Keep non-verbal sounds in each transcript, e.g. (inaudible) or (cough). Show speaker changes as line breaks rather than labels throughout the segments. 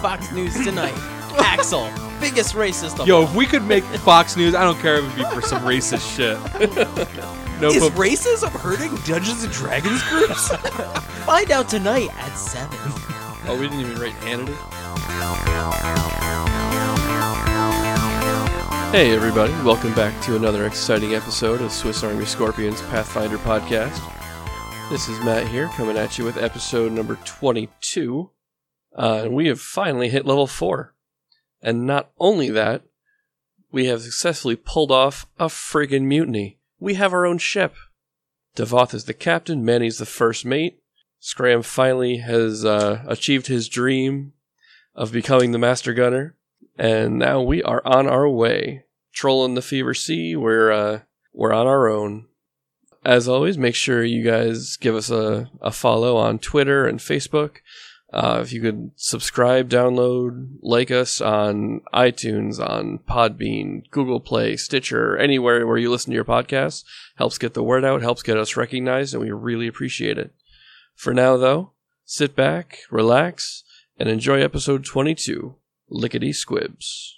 Fox News Tonight. Axel, biggest racist of
Yo,
all.
if we could make Fox News, I don't care if it be for some racist shit. (laughs) No,
Is
pub-
racism hurting Dungeons and Dragons groups?
Find out tonight at 7.
Oh, we didn't even rate Hannity. Hey, everybody. Welcome back to another exciting episode of Swiss Army Scorpions Pathfinder Podcast. This is Matt here coming at you with episode number 22. Uh, and we have finally hit level 4. And not only that, we have successfully pulled off a friggin' mutiny. We have our own ship. Devoth is the captain, Manny's the first mate, Scram finally has uh, achieved his dream of becoming the master gunner, and now we are on our way, trolling the fever sea. We're uh, we're on our own. As always, make sure you guys give us a, a follow on Twitter and Facebook. Uh, if you could subscribe, download, like us on iTunes, on Podbean, Google Play, Stitcher, anywhere where you listen to your podcasts, helps get the word out, helps get us recognized, and we really appreciate it. For now, though, sit back, relax, and enjoy episode 22 Lickety Squibs.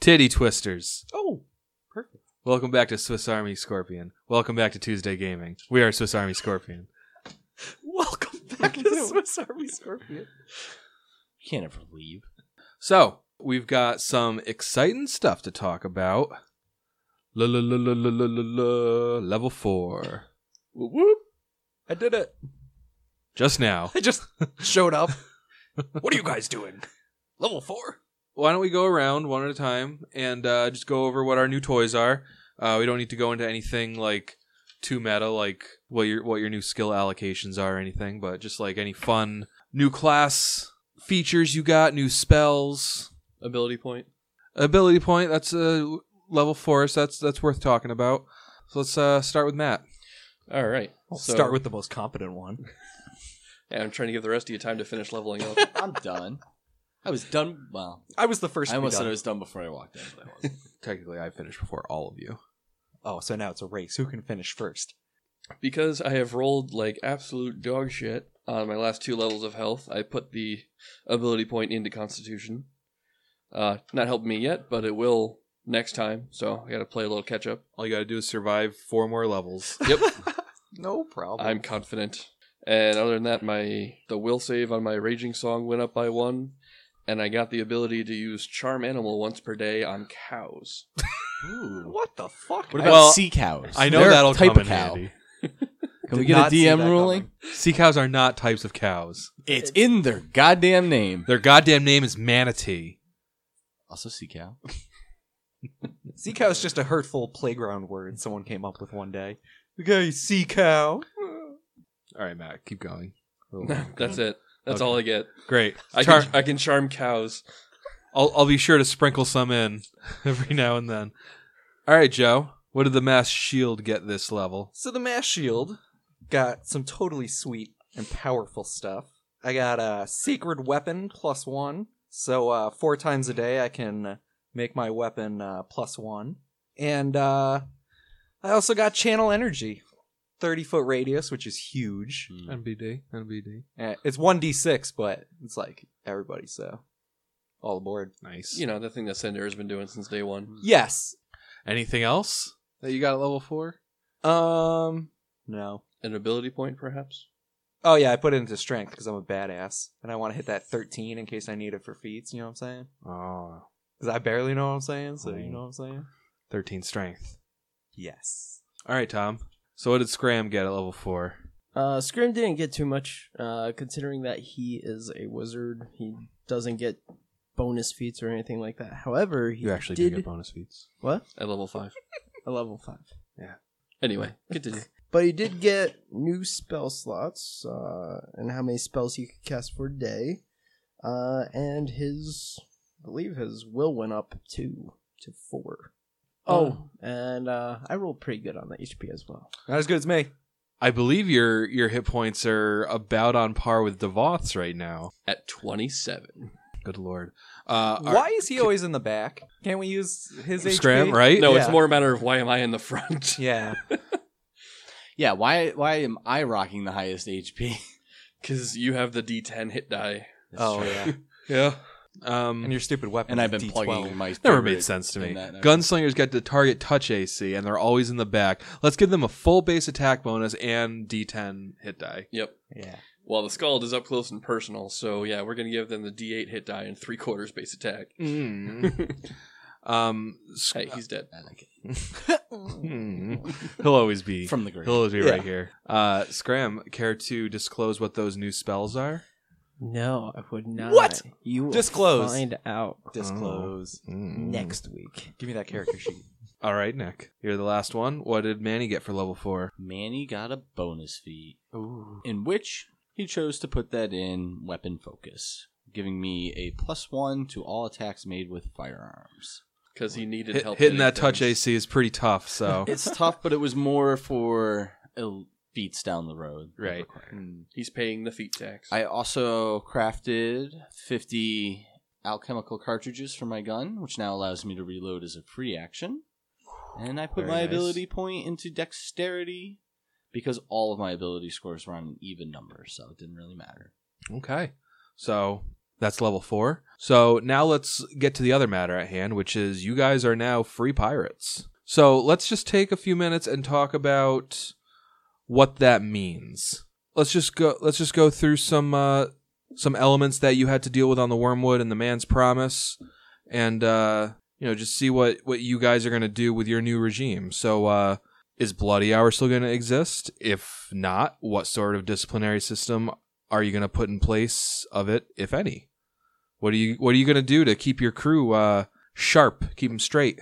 titty twisters.
Oh, perfect.
Welcome back to Swiss Army Scorpion. Welcome back to Tuesday Gaming. We are Swiss Army Scorpion.
(laughs) Welcome back to Swiss Army Scorpion.
Can't ever leave.
So we've got some exciting stuff to talk about. La la la la la la la la. Level four.
Whoop, whoop. I did it.
Just now.
I just showed up. what are you guys doing? Level four.
Why don't we go around one at a time and uh, just go over what our new toys are? Uh, we don't need to go into anything like too meta, like what your what your new skill allocations are or anything, but just like any fun new class features you got, new spells.
Ability point.
ability point that's a uh, level four so that's that's worth talking about so let's uh start with matt
All right.
I'll
So-
start with the most competent one.
Yeah, I'm trying to give the rest of you time to finish leveling up.
(laughs) I'm done. I was done. Well,
I was the first.
I
to be
almost said
done.
I was done before I walked in, but I wasn't.
technically i finished before all of you
Oh, so now it's a race. Who can finish first?
because I have rolled like absolute dog shit on my last two levels of health, I put the ability point into Constitution. Uh, not helped me yet, but it will next time, so I gotta play a little catch up.
all you gotta do is survive four more levels
Yep.
(laughs) No problem.
I'm confident. And other than that, my the will save on my raging song went up by one, and I got the ability to use charm animal once per day on cows.
Ooh.
What the fuck?
What about
What about
Well,
sea cows?
(laughs) i know
They're a
that'll
type
come in
of cow.
handy
Can
Did
we get
not
a
see
DM
that
ruling?
sea cows are not types of cows
It's in their goddamn name.
their goddamn name is manatee
Also, sea cow.
Sea cow is just a hurtful playground word someone came up with one day. The guy sea cow.
all right matt keep going Oh
(laughs) That's it. That's all I get.
great
I
Char-
can I can charm cows.
I'll, I'll be sure to sprinkle some in (laughs) every now and then all right joe what did the mass shield get this level
So the mass shield got some totally sweet and powerful stuff. I got a sacred weapon plus one, so uh, four times a day I can make my weapon uh, plus one, and uh, I also got channel energy, thirty foot radius, which is huge.
Hmm. nbd nbd
Eh, It's one d six, but it's like everybody, so all aboard.
nice
You know the thing that Cinder has been doing since day one.
Yes.
anything else that you got at level four
Um. No.
An ability point, perhaps.
Oh yeah, I put it into strength because I'm a badass, and I want to hit that 13 in case I need it for feats. You know what I'm saying?
oh
Because I barely know what I'm saying, so you
Mm.
know what I'm saying.
13 strength.
Yes.
All right, Tom. So what did Scram get at level 4?
Uh, Scrim didn't get too much, uh, considering that he is a wizard. He doesn't get bonus feats or anything like that. However, he did
bonus feats.
what
At level five.
a level five,
Anyway, continue.
but he did get new spell slots uh, and how many spells he could cast for a day, uh, and his I believe his will went up two to four. Oh, and uh, I rolled pretty good on the HP as well.
Not as good as me.
I believe your your hit points are about on par with Devoth's right now.
At twenty seven.
Good lord. Uh, are-
Why is he always in the back? Can't we use his HP?
Scram, right?
No, it's
Yeah.
more a matter of why am I in the front? (laughs)
Yeah.
Yeah. (laughs) Why? Why am I rocking the highest HP?
Because you have the D ten hit die.
oh yeah,
Yeah. Um,
and your stupid weapon.
And I've been
D12.
plugging my
Never
favorite
made sense to
in
me.
that ever.
Gunslingers get to target touch AC, and they're always in the back. Let's give them a full base attack bonus and D10 hit die.
Yep.
Yeah,
Well, the Scald is up close and personal, so yeah, we're going to give them the D8 hit die and three quarters base attack.
(laughs) um, s-
hey, he's dead.
I like it.
hmm. (laughs) he'll always be
From the grave.
he'll always be
Yeah.
right here. Uh, Scram, care to disclose what those new spells are?
No, I would not.
What?
You will
Disclose.
Find out
disclose.
Mm.
next week.
Give me that character sheet.
Mm. All right, Nick, you're the last one. What did Manny get for level four?
Manny got a bonus feat,
Ooh.
in which he chose to put that in weapon focus, giving me a plus one to all attacks made with firearms.
Because he needed
Hit-
help.
hitting that
things.
touch AC is pretty tough. So
(laughs) It's tough, but it was more for el- beats down the road. that
Right.
require-
He's paying the feet tax.
I also crafted 50 alchemical cartridges for my gun, which now allows me to reload as a free action. And I put
Very
my
nice.
ability point into dexterity because all of my ability scores were on an even number, so it didn't really matter.
Okay. So that's level four. So now let's get to the other matter at hand, which is you guys are now free pirates. So let's just take a few minutes and talk about what that means. Let's just go let's just go through some uh some elements that you had to deal with on the wormwood and the man's promise and uh you know just see what what you guys are going to do with your new regime. So uh is bloody hour still going to exist? If not, what sort of disciplinary system are you going to put in place of it, if any? What are you What are you going to do to keep your crew uh, sharp, keep them straight?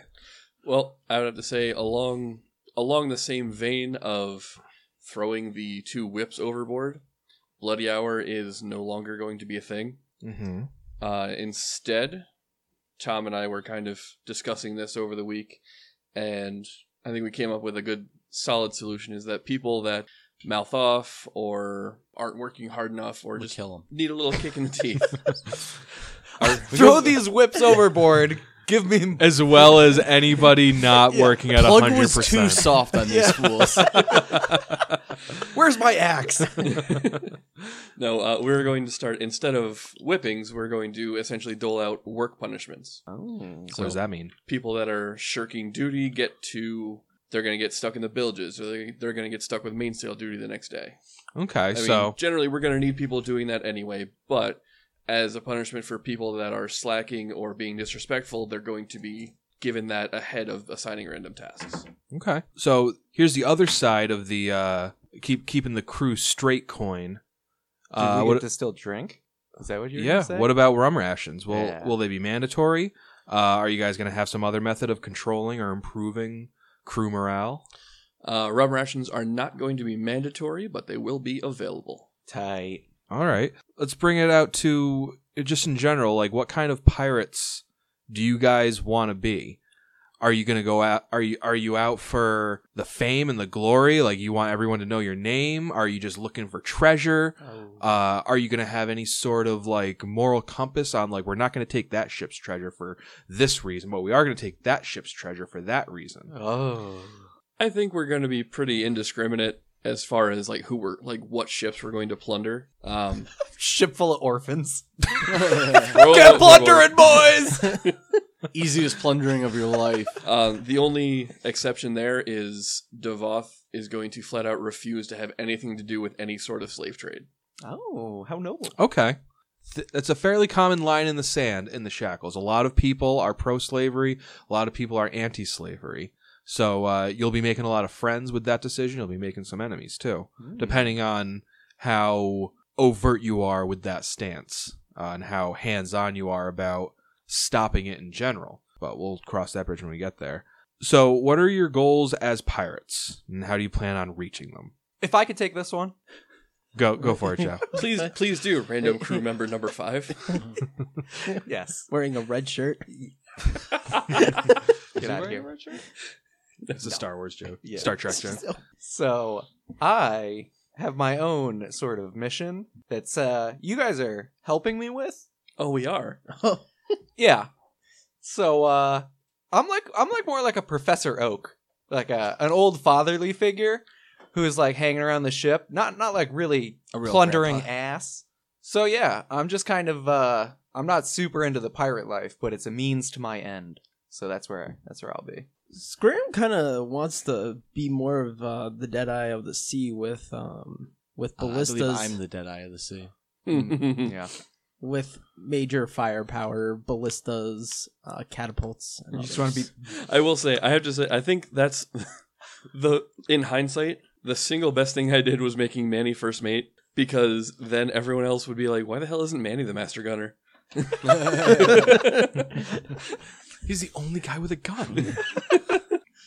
Well, I would have to say along along the same vein of throwing the two whips overboard, Bloody Hour is no longer going to be a thing.
Mm-hmm.
(laughs)
Uh, instead, Tom and I were kind of discussing this over the week, and I think we came up with a good solid solution is that people that mouth off or aren't working hard enough or
We
just
(laughs)
kill
need a little kick in the teeth. (laughs)
Throw
(laughs)
these whips overboard. Give me.
As well as anybody not working at
them. Plug
hundred
was too
percent.
soft on these fools. (laughs)
(laughs)
Where's my axe?
no, uh, we're going to start instead of whippings, we're going to essentially dole out work punishments.
Oh.
What does that mean?
people that are shirking duty get to they're going to get stuck in the bilges or they, they're going to get stuck with mainsail duty the next day
Okay,
i mean
so
generally we're going to need people doing that anyway but as a punishment for people that are slacking or being disrespectful they're going to be given that ahead of assigning random tasks
Okay. So here's the other side of the uh, keep keeping the crew straight coin.
Uh,
Uh,
we
what,
get to still drink? Is that what you're?
yeah. What about rum rations? Will
Yeah.
Will they be mandatory? Uh, are you guys going to have some other method of controlling or improving crew morale?
uh, rum rations are not going to be mandatory but they will be available
tight?
All right. Let's bring it out to uh, just in general, like what kind of pirates do you guys want to be? Are you going to go out are you are you out for the fame and the glory? Like you want everyone to know your name? Are you just looking for treasure? Uh, are you going to have any sort of like moral compass on like we're not going to take that ship's treasure for this reason, but we are going to take that ship's treasure for that reason?
Oh,
i think we're going to be pretty indiscriminate as far as like who we're like what ships we're going to plunder um (laughs)
ship full of (laughs) orphans.
throw
Get
out-
plundering, boys.
Easiest plundering of your life.
Um, the only exception there is Devoth is going to flat out refuse to have anything to do with any sort of slave trade.
(laughs) oh, how noble.
Okay. Th- that's a fairly common line in the sand in the shackles. A lot of people are pro slavery, a lot of people are anti slavery. So uh, you'll be making a lot of friends with that decision. You'll be making some enemies too,
Hmm.
Mm-hmm. depending on how overt you are with that stance uh, and how hands on you are about stopping it in general. But we'll cross that bridge when we get there. So, what are your goals as pirates, and how do you plan on reaching them?
If I could take this (laughs) one,
Go, go for it, (laughs) Jeff.
Please, please do, random crew member number five.
yes.
(laughs) Wearing a red shirt.
Get out of here.
It's a Star Wars joke,
Yeah.
Star Trek
(laughs)
(laughs)
joke.
So I have my own sort of mission that's uh you guys are helping me with.
(laughs) Oh, we are.
Yeah. So uh I'm like I'm like more like a Professor Oak, like a an old fatherly figure who is like hanging around the ship, not not like really
A real
plundering
grandpa.
ass. So yeah, I'm just kind of uh I'm not super into the pirate life, but it's a means to my end. So that's where that's where I'll be.
Scram kind of wants to be more of uh, the Deadeye of the Sea with um with
Uh, I
ballistas,
believe I'm the dead eye of the sea.
Yeah.
with major firepower, ballistas, uh, catapults. And
You
all
just want to be
those.
(laughs) I will say, I have to say, I think that's (laughs) the in hindsight, the single best thing I did was making Manny first mate because then everyone else would be like, "Why the hell isn't Manny the master gunner?" (laughs)
He's the only guy with a (laughs) gun.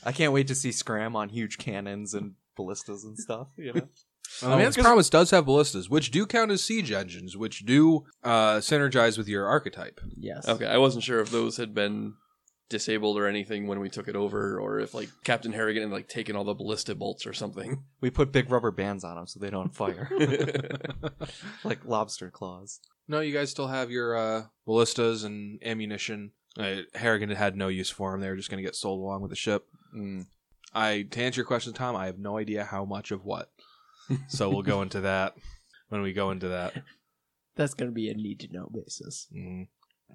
I can't wait to see Scram on huge cannons and ballistas and stuff, (laughs) you know.
I mean, Man's Oh, Promise does have ballistas, which do count as siege engines, which do uh, synergize with your archetype.
yes.
okay, I wasn't sure if those had been disabled or anything when we took it over, or if like Captain Harrigan had like taken all the ballista bolts or something.
We put big rubber bands on them so they don't (laughs) fire. like lobster claws.
No, you guys still have your uh, ballistas and ammunition. Uh, Harrigan had no use for them; they were just going to get sold along with the ship. Hmm. I to answer your question, Tom, I have no idea how much of (laughs) what. So we'll go into that when we go into that.
That's going to be a need to know basis. (laughs)
Mhm.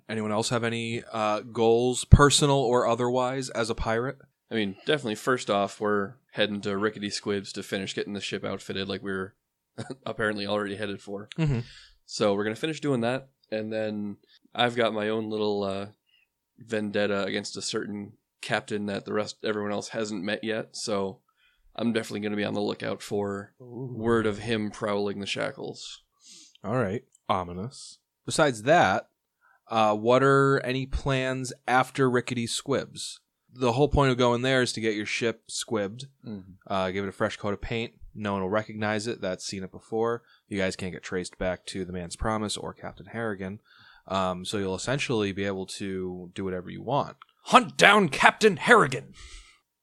Anyone else have any uh, goals, personal or otherwise, as a pirate?
I mean, definitely. First off, we're heading to Rickety Squibs to finish getting the ship outfitted, like we were (laughs) apparently already headed for.
Mm-hmm.
Mhm.
So we're gonna finish doing that, and then I've got my own little uh, vendetta against a certain captain that the rest everyone else hasn't met yet. So I'm definitely gonna be on the lookout for word of him prowling the shackles.
All right, ominous. Besides that, uh, what are any plans after Rickety Squibs? The whole point of going there is to get your ship squibbed, uh, give it a fresh coat of paint. No one will recognize it. That's seen it before. You guys can't get traced back to the man's promise or Captain Harrigan. Um, so you'll essentially be able to do whatever you want.
Hunt down Captain Harrigan.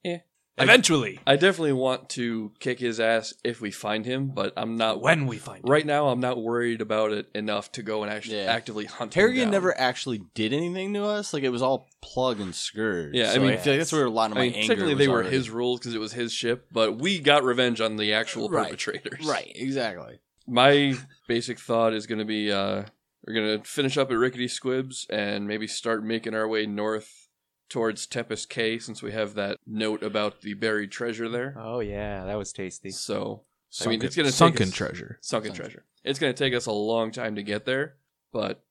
Eh.
Eventually,
I definitely want to kick his ass if we find him, but I'm
Uh,
not
when we find him.
Right now, I'm not worried about it enough to go and actually
Yeah.
actively hunt. him
Harrigan
down.
never actually did anything to us. Like it was all plug and scourge.
Yeah, I
So
mean-
I feel like that's where a lot of my
I mean,
anger.
technically,
was
they were
already.
his rules because it was his ship, but we got revenge on the actual
Right.
perpetrators.
right. Exactly.
My basic thought is going to be uh, we're going to finish up at Rickety Squibs and maybe start making our way north towards Tempest K since we have that note about the buried treasure there.
Oh yeah, that was
(laughs)
tasty.
So, I
Sunken-
mean, it's going to
sunken treasure.
Sunken
Sunken.
treasure. It's going to take us a long time to get there, but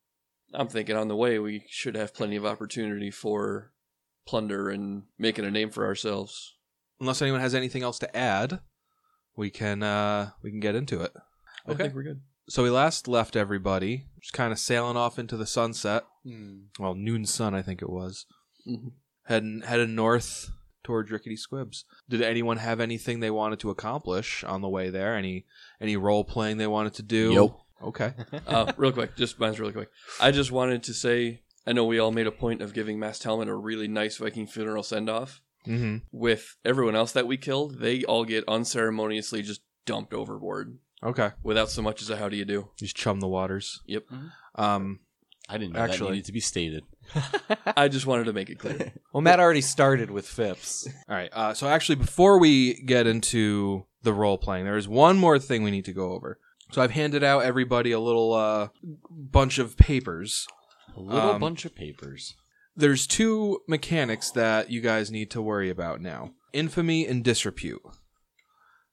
I'm thinking on the way we should have plenty of opportunity for plunder and making a name for ourselves.
Unless anyone has anything else to add, we can uh, we can get into it. Okay.
we're good.
So we last left everybody, just kind of sailing off into the sunset.
Hmm.
Well, noon sun, I think it was.
Mhm.
Heading heading north towards Rickety Squibs. Did anyone have anything they wanted to accomplish on the way there? Any any role playing they wanted to do?
Yo.
Okay.
uh, real quick, just mine's really quick. I just wanted to say I know we all made a point of giving Mass Talman a really nice Viking funeral send off.
Mm-hmm.
With everyone else that we killed, they all get unceremoniously just dumped overboard
Okay.
without so much as a how do you do.
Just chum the waters.
Yep.
Mm-hmm.
Um.
I didn't know
Actually-
that needed to be stated.
I just wanted to make it clear.
Well, Matt already started with
(laughs)
Phipps.
All right. Uh, so actually, before we get into the role playing, there is one more thing we need to go over. So I've handed out everybody a little uh, bunch of papers.
A little
Um,
bunch of papers.
there's two mechanics that you guys need to worry about now infamy and disrepute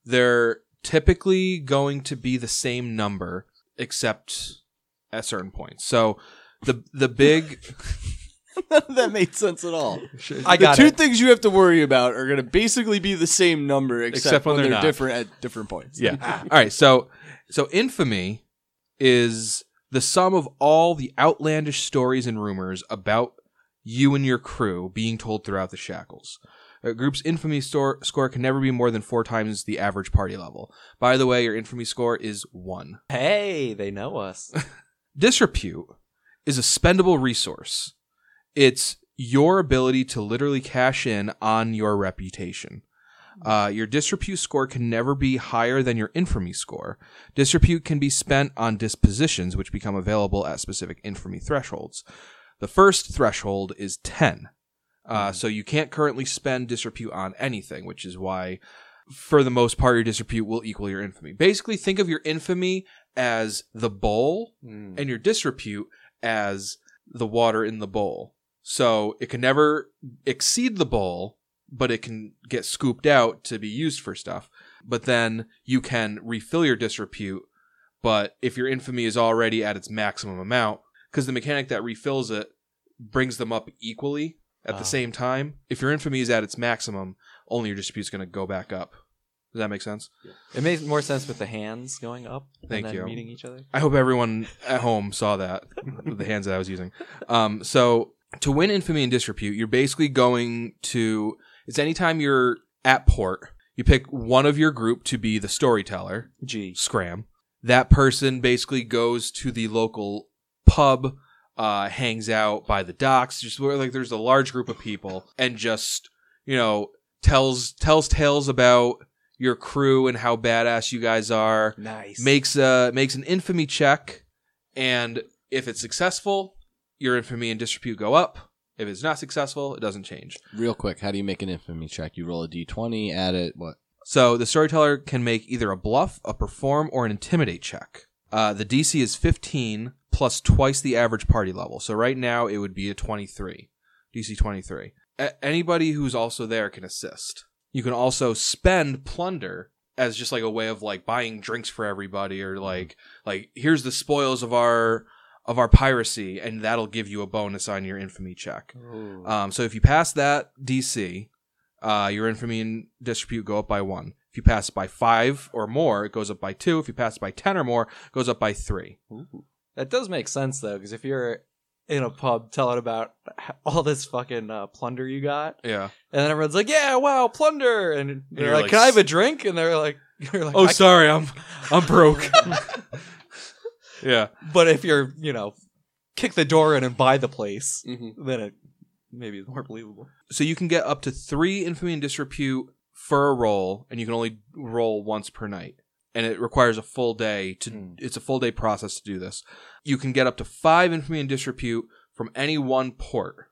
they're typically going to be the same number except at certain points so the the big
None of that made sense
(laughs)
at all.
I
the
got
two
it.
things you have to worry about are going to basically be the same number, except,
Except when
when,
they're
they're,
not.
different at different points. (laughs)
yeah (laughs) all right so so infamy is the sum of all the outlandish stories and rumors about you and your crew being told throughout the shackles a group's infamy store, score can never be more than four times the average party level by the way your infamy score is one
Hey, they know
(laughs)
us.
disrepute is a spendable resource it's your ability to literally cash in on your reputation uh, your disrepute score can never be higher than your infamy score. Disrepute can be spent on dispositions which become available at specific infamy thresholds. The first threshold is 10. Uh, So you can't currently spend disrepute on anything, which is why, for the most part, your disrepute will equal your infamy. Basically, think of your infamy as the bowl
Mm.
and your disrepute as the water in the bowl. So it can never exceed the bowl, but it can get scooped out to be used for stuff. But then you can refill your disrepute, but if your infamy is already at its maximum amount, because the mechanic that refills it brings them up equally at
Ah.
the same time, if your infamy is at its maximum, only your disrepute's going to go back up. Does that make sense?
It makes more sense with the hands going up
Thank
and then
you.
meeting each other.
I hope everyone at home saw that with the hands that I was using. Um, so to win infamy and disrepute, you're basically going to it's anytime you're at port, you pick one of your group to be the storyteller,
Gee.
scram. That person basically goes to the local pub, uh, hangs out by the docks, just where like there's a large group of people, and just you know tells tells tales about your crew and how badass you guys are
Nice.
makes a makes an infamy check, and if it's successful, your infamy and disrepute go up. If it's not successful, it doesn't change.
Real quick, how do you make an infamy check? You roll a d20, add it. What?
So the storyteller can make either a bluff, a perform, or an intimidate check. Uh, the DC is 15 plus twice the average party level. So right now it would be a 23, DC 23. A- anybody who's also there can assist. You can also spend plunder as just like a way of like buying drinks for everybody or like like here's the spoils of our of our piracy and that'll give you a bonus on your infamy check.
Oh.
Um, so if you pass that DC, uh, your infamy and disrepute go up by one. If you pass it by five or more, it goes up by two. If you pass it by ten or more, it goes up by three.
That does make sense though, because if you're in a pub telling about (laughs) h- all this fucking uh, plunder you got,
Yeah.
and then everyone's like, "Yeah, wow, plunder," and they're
you're
like,
like,
"Can I have a
"S-
drink?" And they're like, (laughs) "You're like,
Oh,
"I
sorry, I'm I'm broke. (laughs)
(laughs)
yeah.
But if you're, you know, kick the door in and buy the place,
hmm
then it maybe is more believable.
So you can get up to three infamy and disrepute for a roll, and you can only roll once per night. And it requires a full day to.
Hmm.
It's a full day process to do this. You can get up to five infamy and disrepute from any one port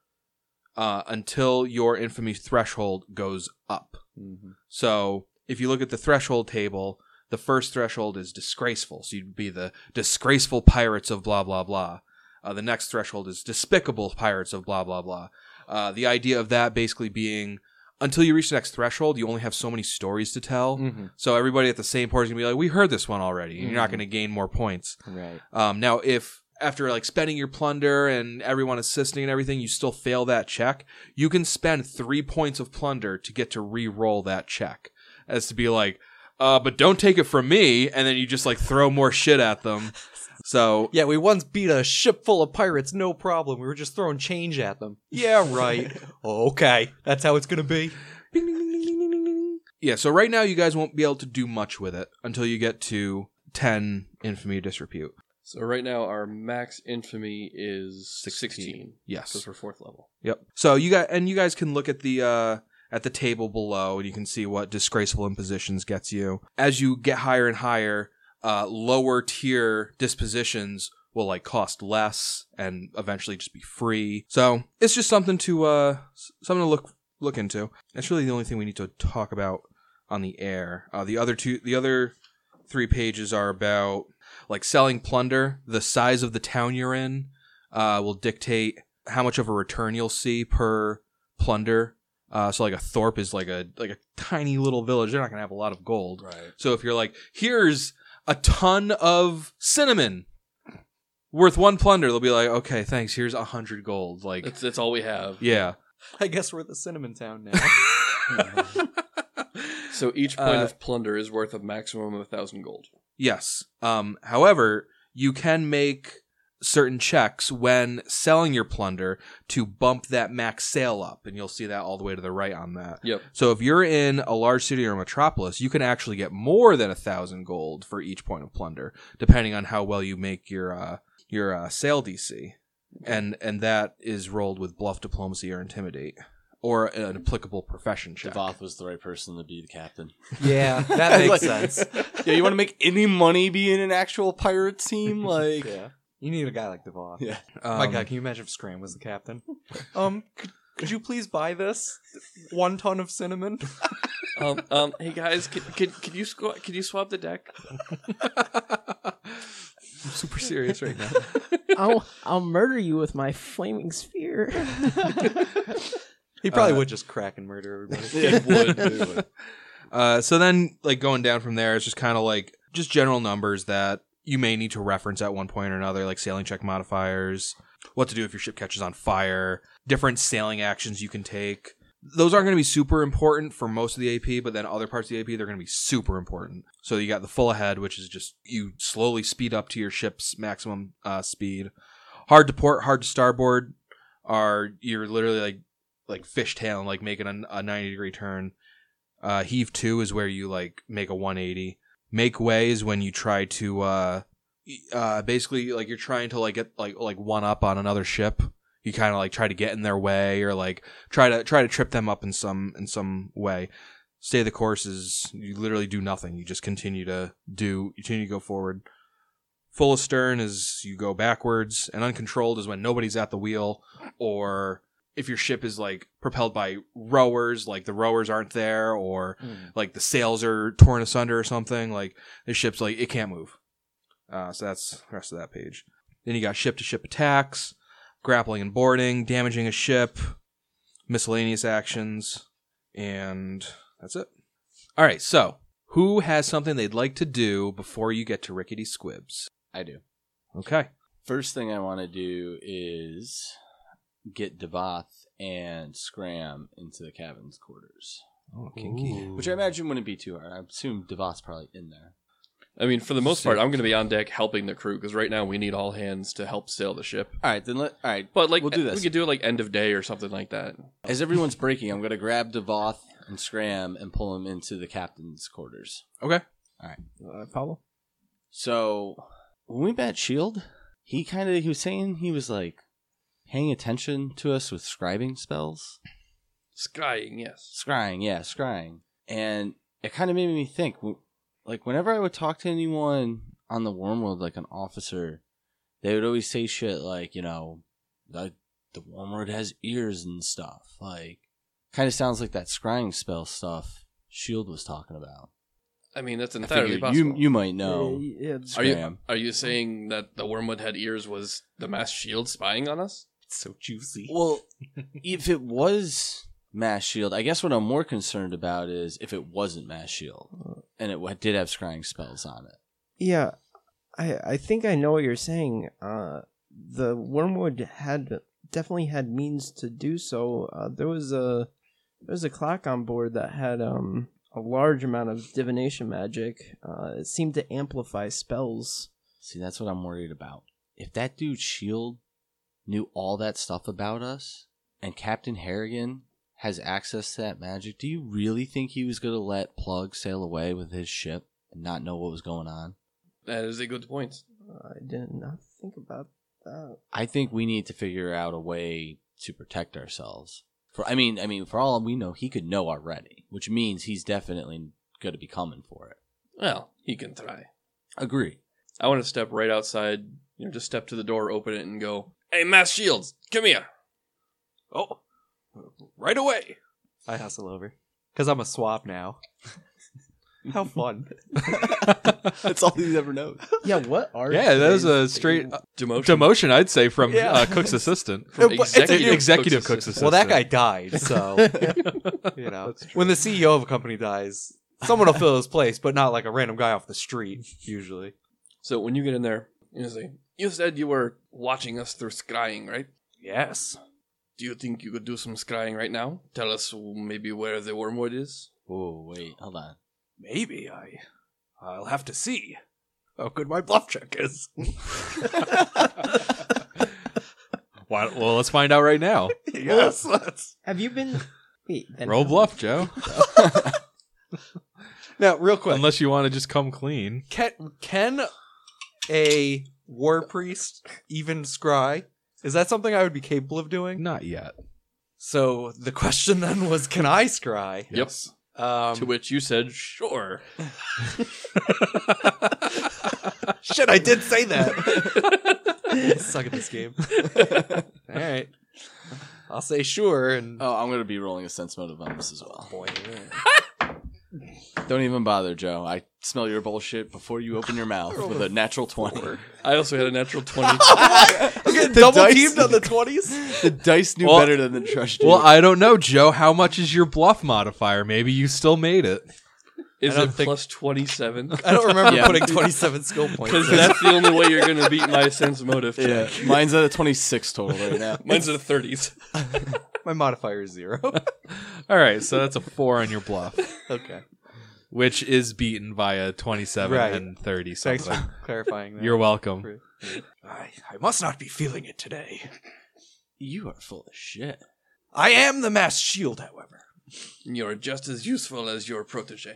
uh, until your infamy threshold goes up.
Mm-hmm.
So if you look at the threshold table, the first threshold is disgraceful. So you'd be the disgraceful pirates of blah, blah, blah. Uh, the next threshold is despicable pirates of blah, blah, blah. Uh, the idea of that basically being until you reach the next threshold, you only have so many stories to tell.
Mm. Mm-hmm.
So everybody at the same port is going to be like, we heard this one already. And you're not going to gain more points.
Right.
Um, now, if after like spending your plunder and everyone assisting and everything, you still fail that check, you can spend three points of plunder to get to re-roll that check, as to be like, uh, but don't take it from me, and then you just like throw more shit at them. So
Yeah, we once beat a ship full of pirates, no problem. We were just throwing change at them. Yeah, (laughs) right. okay, that's how it's gonna be.
Ding, ding, ding, ding, ding, ding, ding, ding. Yeah, so right now you guys won't be able to do much with it until you get to 10 infamy disrepute.
So right now our max infamy is 16.
Yes.
Because we're fourth level.
Yep. So you got and you guys can look at the uh at the table below and you can see what disgraceful impositions gets you. As you get higher and higher, uh lower tier dispositions will like cost less and eventually just be free. So, it's just something to uh s- something to look look into. That's really the only thing we need to talk about on the air. Uh the other two the other three pages are about like selling plunder, the size of the town you're in uh will dictate how much of a return you'll see per plunder. Uh, so like a thorp is like a like a tiny little village. They're not gonna have a lot of gold.
Right.
So if you're like, here's a ton of cinnamon worth one plunder, they'll be like, okay, thanks. Here's a hundred gold. Like,
That's that's all we have.
yeah, (laughs)
I guess we're the cinnamon town now.
So each point
Uh,
of plunder is worth a maximum of a thousand gold.
yes. Um, however, you can make certain checks when selling your plunder to bump that max sale up, and you'll see that all the way to the right on that.
Yep.
So if you're in a large city or metropolis, you can actually get more than a thousand gold for each point of plunder, depending on how well you make your uh, your uh, sale DC, and and that is rolled with bluff, diplomacy, or intimidate, or an applicable profession check.
Devoth was the right person to be the captain.
(laughs) yeah, (laughs) that makes
Like-
sense.
yeah, you want to make any money being an actual pirate (laughs) team? Like,
Yeah, you need a guy like Devon.
Yeah.
Um,
My God, can you imagine if Scram was the captain? um, could, could you please buy this one ton of cinnamon?
um, um, hey guys, can, can, can you squ- can you swap the deck?
(laughs) I'm super serious right now.
(laughs) I'll I'll murder you with my flaming sphere.
(laughs)
(laughs)
He probably
Uh,
would just crack and murder (laughs) everybody.
(laughs) It would. it would. Uh, so then, like going down from there, it's just kind of like just general numbers that you may need to reference at one point or another, like sailing check modifiers, what to do if your ship catches on fire, different sailing actions you can take. Those aren't going to be super important for most of the AP, but then other parts of the AP they're going to be super important. So you got the full ahead, which is just you slowly speed up to your ship's maximum uh, speed. Hard to port, hard to starboard are you're literally like like fishtailing, like making a, a 90 degree turn. Uh, heave two is where you like make a 180. Make way is when you try to uh, y- uh, basically like you're trying to like get like like one up on another ship. You kind of like try to get in their way or like try to try to trip them up in some in some way. Stay the course is you literally do nothing. You just continue to do continue to go forward. Full astern is you go backwards, and uncontrolled is when nobody's at the wheel or if your ship is like propelled by rowers, like the rowers aren't there, or like the sails are torn asunder or something, like the ship's like it can't move. Uh, so that's the rest of that page. Then you got ship to ship attacks, grappling and boarding, damaging a ship, miscellaneous actions, and that's it. All right, so who has something they'd like to do before you get to Rickety Squibs?
I do.
Okay.
First thing I want to do is get Devoth and Scram into the cabin's quarters,
Oh, kinky.
which I imagine wouldn't be too hard. I assume Devoth's probably in there.
I mean, for the most part, I'm going to be on deck helping the crew because right now we need all hands to help sail the ship.
All right, then. Let, all right,
But like, eh,
We'll do this.
we could do it like end of day or something like that.
as everyone's breaking, I'm gonna grab Devoth and Scram and pull them into the captain's quarters.
Okay.
Uh, Paulo,
So when we met Shield, E he kind of he was saying he was like paying attention to us with scribing spells.
Skying, yes.
Scrying, yeah, scrying. And it kind of made me think, w- like, whenever I would talk to anyone on the warm world, like an officer, they would always say shit like, you know, like the warm world has ears and stuff. Like, kind of sounds like that scrying spell stuff Shield E was talking about.
I mean, that's
I
entirely
figured
possible.
you, you might know.
Yeah,
Scram.
are you are you saying that the wormwood had ears was the mass shield spying on us?
so juicy.
Well, if it was mass shield, I guess what I'm more concerned about is if it wasn't mass shield E and it w- did have scrying spells on it.
yeah. I I think I know what you're saying. Uh, the Wormwood had definitely had means to do so. Uh, there was a there was a clock on board that had um a large amount of divination magic. Uh, it seemed to amplify spells.
See, that's what I'm worried about. If that dude shield E knew all that stuff about us and Captain Harrigan has access to that magic, do you really think he was going to let Plug sail away with his ship and not know what was going on?
That is a good point.
I did not think about that.
I think we need to figure out a way to protect ourselves. For I mean, I mean, for all we know, he could know already, which means he's definitely going to be coming for it.
Well, he can try.
Agree.
I want to step right outside. You know, just step to the door, open it, and go. Hey, mass shields, come here.
Oh, right away.
I hustle over because I'm a swab now. (laughs) How (laughs) fun!
That's all he ever knows.
Yeah, what are
Yeah, that was a
today's-
straight
Demotion.
demotion, I'd say, from
Yeah.
uh, cook's assistant.
From But it's a executive new-
executive cook's assistant.
well, that guy died, (laughs) so you know when the CEO of a company dies, someone will fill his place, but not like a random guy off the street usually.
So when you get in there, you say, "You said you were watching us through scrying, right?
Yes.
Do you think you could do some scrying right now? Tell us maybe where the wormwood is."
Oh wait, hold on.
Maybe I. I'll have to see how good my bluff check is. (laughs)
Why, well, let's find out right (laughs) now.
yes, that's.
Have you (laughs) been? Wait, then
Roll
how-
bluff, Joe.
Now, real quick,
(laughs) Unless you want to just come clean.
can, can a war priest even scry? Is that something I would be capable of doing?
Not yet.
So the question then was, can I scry?
Yes.
Um,
To which you said, (laughs) "Sure."
Shit, I did say
(laughs)
that. Suck at this game. All right. I'll say sure and
Oh, I'm gonna be rolling a sense motive on this as well.
boy.
Don't even bother, Joe. I smell your bullshit before you open your mouth with a natural 20.
I also had a natural (laughs) 20.
The dice-
the twenties.
The dice knew
Well-
better than the trash dude.
Well, I don't know, Joe. How much is your bluff modifier? Maybe you still made it.
Is
I don't
it
think-
plus (laughs) 27?
I don't remember
Yeah.
putting 27 skill points.
Because
in.
that's the only way you're going to beat my sense motive
yeah,
check. (laughs)
(laughs) mine's at a 26 total right now.
Mine's in the 30s.
My modifier is zero.
(laughs) All right, so that's a four on your bluff, (laughs)
okay.
which is beaten via twenty-seven
Right.
and thirty.
Thanks
Something.
for clarifying that.
(laughs) You're welcome.
I, I must not be feeling it today.
You are full of shit.
I am the mass shield, however.
You're just as useful as your protege.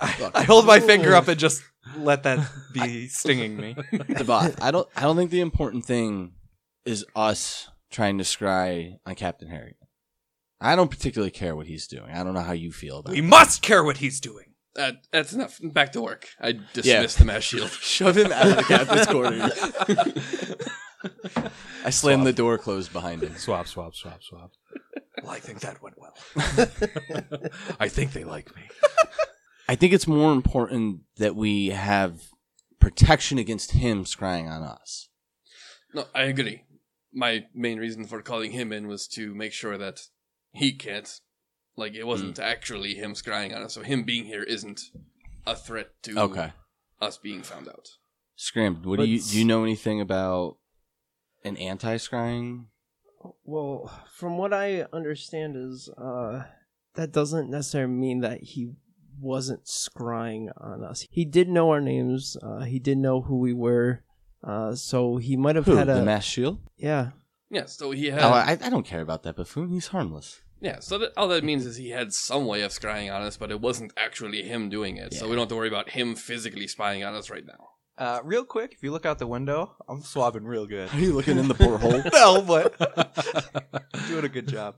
I, I hold my finger up and just let that
(laughs)
be stinging me.
Devon, I don't. I don't think the important thing is us trying to scry on Captain Harry. I don't particularly care what he's doing. I don't know how you feel about
We
it.
must care what he's
(laughs)
doing.
Uh, that's enough. Back to work. I dismiss
Yeah.
the mass (laughs) shield.
Shove him out of
(laughs)
the captain's corner. (laughs) I slammed the door closed behind him.
Swap, swap, swap, (laughs) swap.
Well, I think that went well.
I think they like me.
I think it's more important that we have protection against him scrying on us.
No, I agree. My main reason for calling him in was to make sure that he can't. Like, it wasn't
Hmm.
actually him scrying on us, so him being here isn't a threat to
Okay.
us being found out.
Scram, what do you do you know anything about an anti scrying?
Well, from what I understand is uh that doesn't necessarily mean that he wasn't scrying on us. He did know our names. Uh, he did know who we were. Uh, so he might have
Who?
had
The
a
mass shield?
yeah.
Yeah, so he had.
Oh, I, I don't care about that buffoon. He's harmless.
Yeah, so that, all that means is he had some way of scrying on us, but it wasn't actually him doing it. So we don't have to worry about him physically spying on us right now.
Uh, real quick, if you look out the window, I'm swabbing real good.
(laughs) Are you looking in
(laughs)
the porthole? (laughs)
no, but (laughs) doing a good job.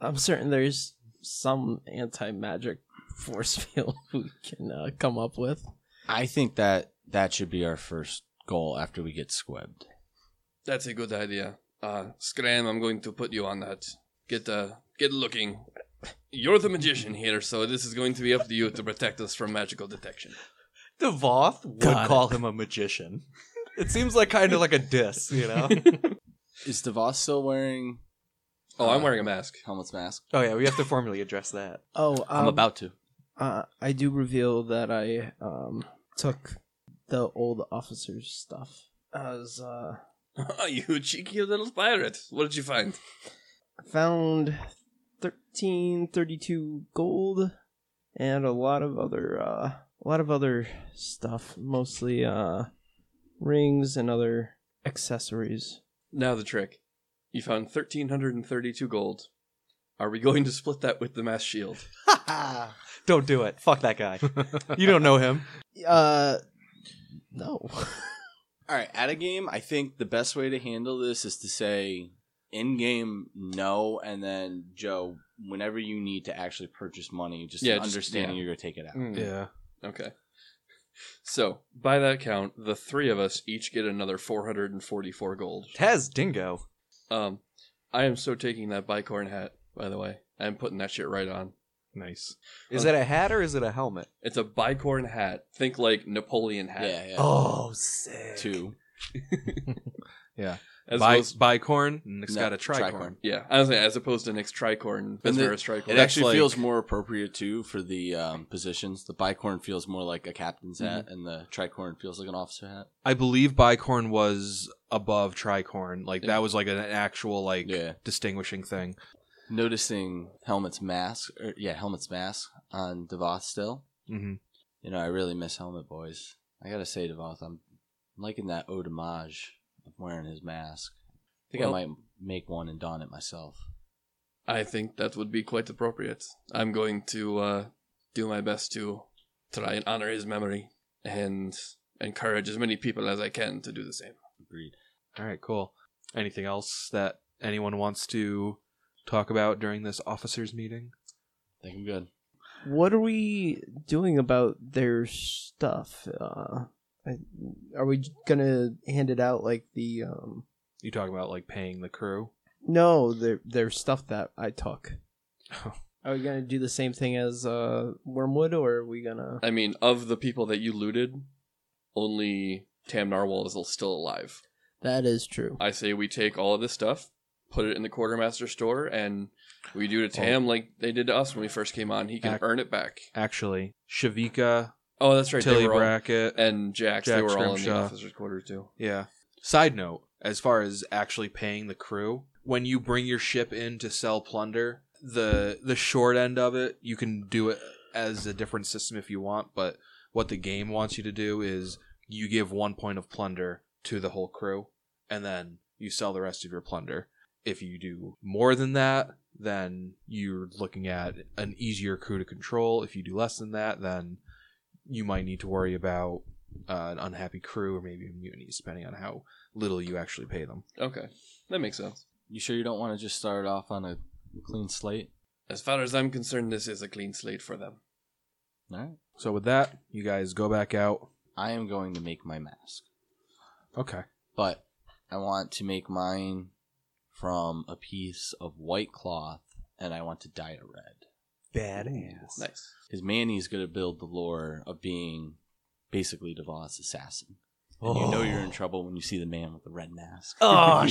I'm certain there's some anti magic force (laughs) field we can uh, come up with.
I think that that should be our first goal after we get squibbed.
That's a good idea. Uh, Scram, I'm going to put you on that. Get uh, get looking. You're the magician here, so this is going to be up to you to protect us from magical detection.
Devoth would call him a magician. It seems like kind of like a diss, you know?
Is DeVos still wearing uh,
Oh,
Uh.
I'm wearing a mask. (laughs)
helmet's mask?
(laughs) oh yeah, we have to formally address that.
Oh, um,
I'm about to.
Uh, I do reveal that I um took the old officer's stuff as uh
you cheeky little pirate! What did you find?
found 13 32 gold and a lot of other uh a lot of other stuff mostly uh rings and other accessories
Now the trick. You found 1,332 gold. Are we going to split that with the mass shield?
(laughs) Don't do it. Fuck that (laughs) guy. (laughs) You don't know him.
uh no (laughs)
All right, at a game, I think the best way to handle this is to say in game no, and then Joe, whenever you need to actually purchase money, just
Yeah,
an
just-
understanding
yeah. Mm.
you're gonna take it out.
Yeah.
Hmm, Okay. So, by that count, the three of us each get another 444 gold.
Taz Dingo.
Um, I am so taking that bicorn hat, by the way. I'm putting that shit right on.
Nice.
Is that a hat or is it a helmet?
It's a bicorn hat. Think like Napoleon hat.
Yeah, yeah.
Oh, sick.
Two.
As
Buy,
opposed-
buy corn. Nick's
No,
got a tricorn.
tricorn.
yeah, I was saying, as opposed to next tricorn,
And the-
Bismarck's tricorn.
It
That's
actually
like-
feels more appropriate too for the um, positions. The bicorn feels more like a captain's hat,
Mm-hmm.
and the tricorn feels like an officer hat.
I believe bicorn was above tricorn. Like
Yeah.
that was like an actual like
Yeah.
distinguishing thing.
Noticing helmet's mask, or, yeah, helmet's mask on Devoth still.
hmm
You know, I really miss helmet boys. I gotta say, Devoth, I'm liking that ode homage of wearing his mask. I think
Well-
I might make one and don it myself.
I think that would be quite appropriate. I'm going to uh, do my best to try and honor his memory and encourage as many people as I can to do the same.
Agreed.
All right, cool. Anything else that anyone wants to talk about during this officers meeting?
I think I'm good.
what are we doing about their stuff uh I- are we gonna hand it out like the um
You talking about like paying the crew?
no their their stuff that i took Are we gonna do the same thing as uh, Wormwood, or are we gonna?
I mean, of the people that you looted, only Tam Narwhal is still alive.
That is true.
I say we take all of this stuff, put it in the quartermaster store, and we do to Tam like they did to us when we first came on. He can
Ac-
earn it back.
Actually, Shavika,
Oh, that's right.
Tilly
they were all,
Brackett,
and Jax,
Jack
they were all in the
Scrimshaw.
officers' quarters too.
Yeah. Side note, as far as actually paying the crew, when you bring your ship in to sell plunder, the the short end of it, you can do it as a different system if you want, but what the game wants you to do is you give one point of plunder to the whole crew and then you sell the rest of your plunder. If you do more than that, then you're looking at an easier crew to control. If you do less than that, then you might need to worry about uh, an unhappy crew or maybe a mutiny, depending on how little you actually pay them.
Okay, that makes sense.
You sure you don't want to just start off on a clean slate?
As far as I'm concerned, this is a clean slate for them.
All right.
So with that, you guys go back out.
I am going to make my mask,
Okay.
but I want to make mine from a piece of white cloth, and I want to dye it red.
Badass.
Nice.
Because Manny's going to build the lore of being basically DeVos' assassin. And you know you're in trouble when you see the man with the red mask.
(laughs)
(laughs)
Oh,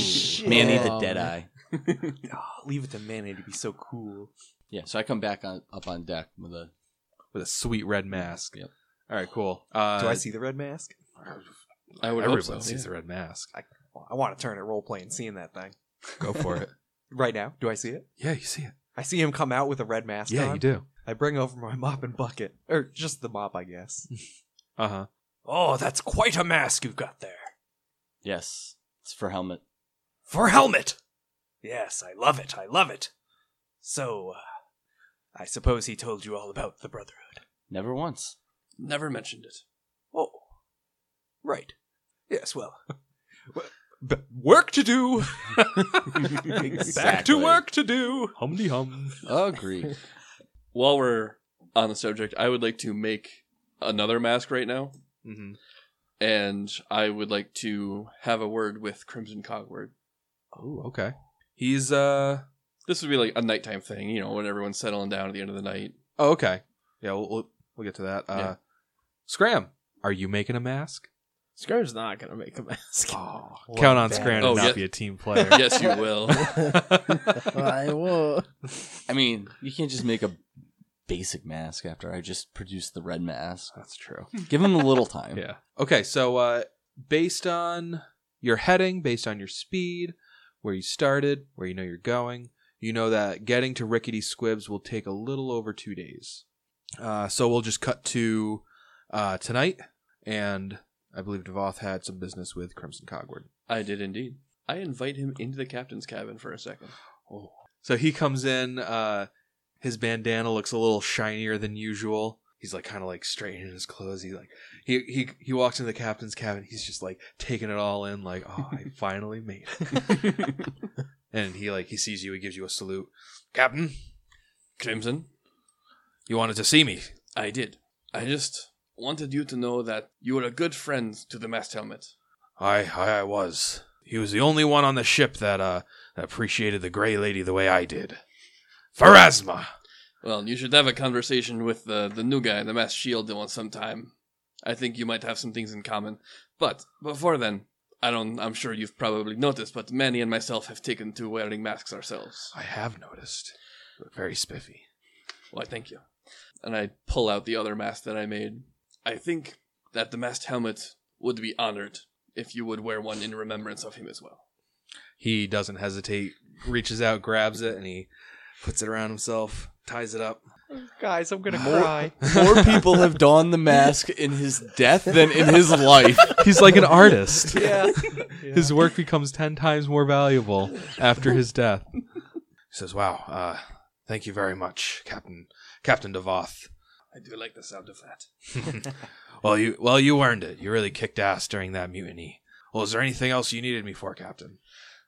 Manny the Deadeye.
leave it to Manny to be so cool.
Yeah, so I come back on, up on deck with a
With a sweet red mask.
Yep.
All right, cool. Uh,
Do I see the red mask?
I would
Everyone
hope so.
sees
yeah.
the red mask.
I want to turn it role playing, seeing that thing
Go for it.
right now. Do I see it?
Yeah, you see it.
I see him come out with a red mask.
yeah,
on.
you do.
I bring over my mop and bucket, or just the mop, I
(laughs)
guess.
Uh huh.
Oh, that's quite a mask you've got there.
yes. It's for helmet.
For helmet! Yes, I love it, I love it. So, uh, I suppose he told you all about the Brotherhood.
Never once.
Never mentioned it.
Oh, right. Yes, well,
B- work to do. Back
Exactly.
to work to do.
Humdy hum.
Agree.
While we're on the subject, I would like to make another mask right now,
hmm
and I would like to have a word with Crimson Cogward.
Oh, okay. He's uh.
This would be like a nighttime thing, you know, when everyone's settling down at the end of the night.
Oh, okay. Yeah, we'll we'll, we'll get to that. Uh,
Yeah.
Scram, are you making a mask?
Scar's not gonna make a
(laughs)
mask.
Oh, count on Scram to
Oh,
not
yeah.
be a team player.
yes, you (laughs) will.
I (laughs) will.
I mean, you can't just make a basic mask after I just produced the red mask.
That's true.
Give him a little time.
Yeah. Okay, so uh, based on your heading, based on your speed, where you started, where you know you're going, you know that getting to Rickety Squibs will take a little over two days. Uh, so we'll just cut to uh, tonight, and I believe Devoth had some business with Crimson Cogward.
I did indeed. I invite him into the captain's cabin for a second.
Oh. So he comes in. Uh, his bandana looks a little shinier than usual. He's like kind of like straightening his clothes. He like he he he walks into the captain's cabin. He's just like taking it all in. Like oh, I finally made it. and he like he sees you. He gives you a salute. Captain,
Crimson,
you wanted to see me.
I did. I just wanted you to know that you were a good friend to the mast helmet.
I I, I was. He was the only one on the ship that uh that appreciated the Gray Lady the way I did. Pharasma.
Well, you should have a conversation with the, the new guy, the mast shield, one sometime. I think you might have some things in common. But before then, I don't. I'm sure you've probably noticed, but Manny and myself have taken to wearing masks ourselves.
I have noticed. Very spiffy.
Why, thank you. And I pull out the other mask that I made. I think that the mast helmet would be honored if you would wear one in remembrance of him as well.
he doesn't hesitate, reaches out, grabs it, and he puts it around himself, ties it up.
Guys, I'm gonna (laughs)
More-
cry.
(laughs) More people have donned the mask in his death than in his life.
He's like an (laughs) artist.
Yeah.
His work becomes 10 times more valuable after his death. He says, Wow, uh, thank you very much, Captain Captain Devoth. (laughs)
I do like the sound of that.
well, you well you earned it. You really kicked ass during that mutiny. Well, is there anything else you needed me for, Captain?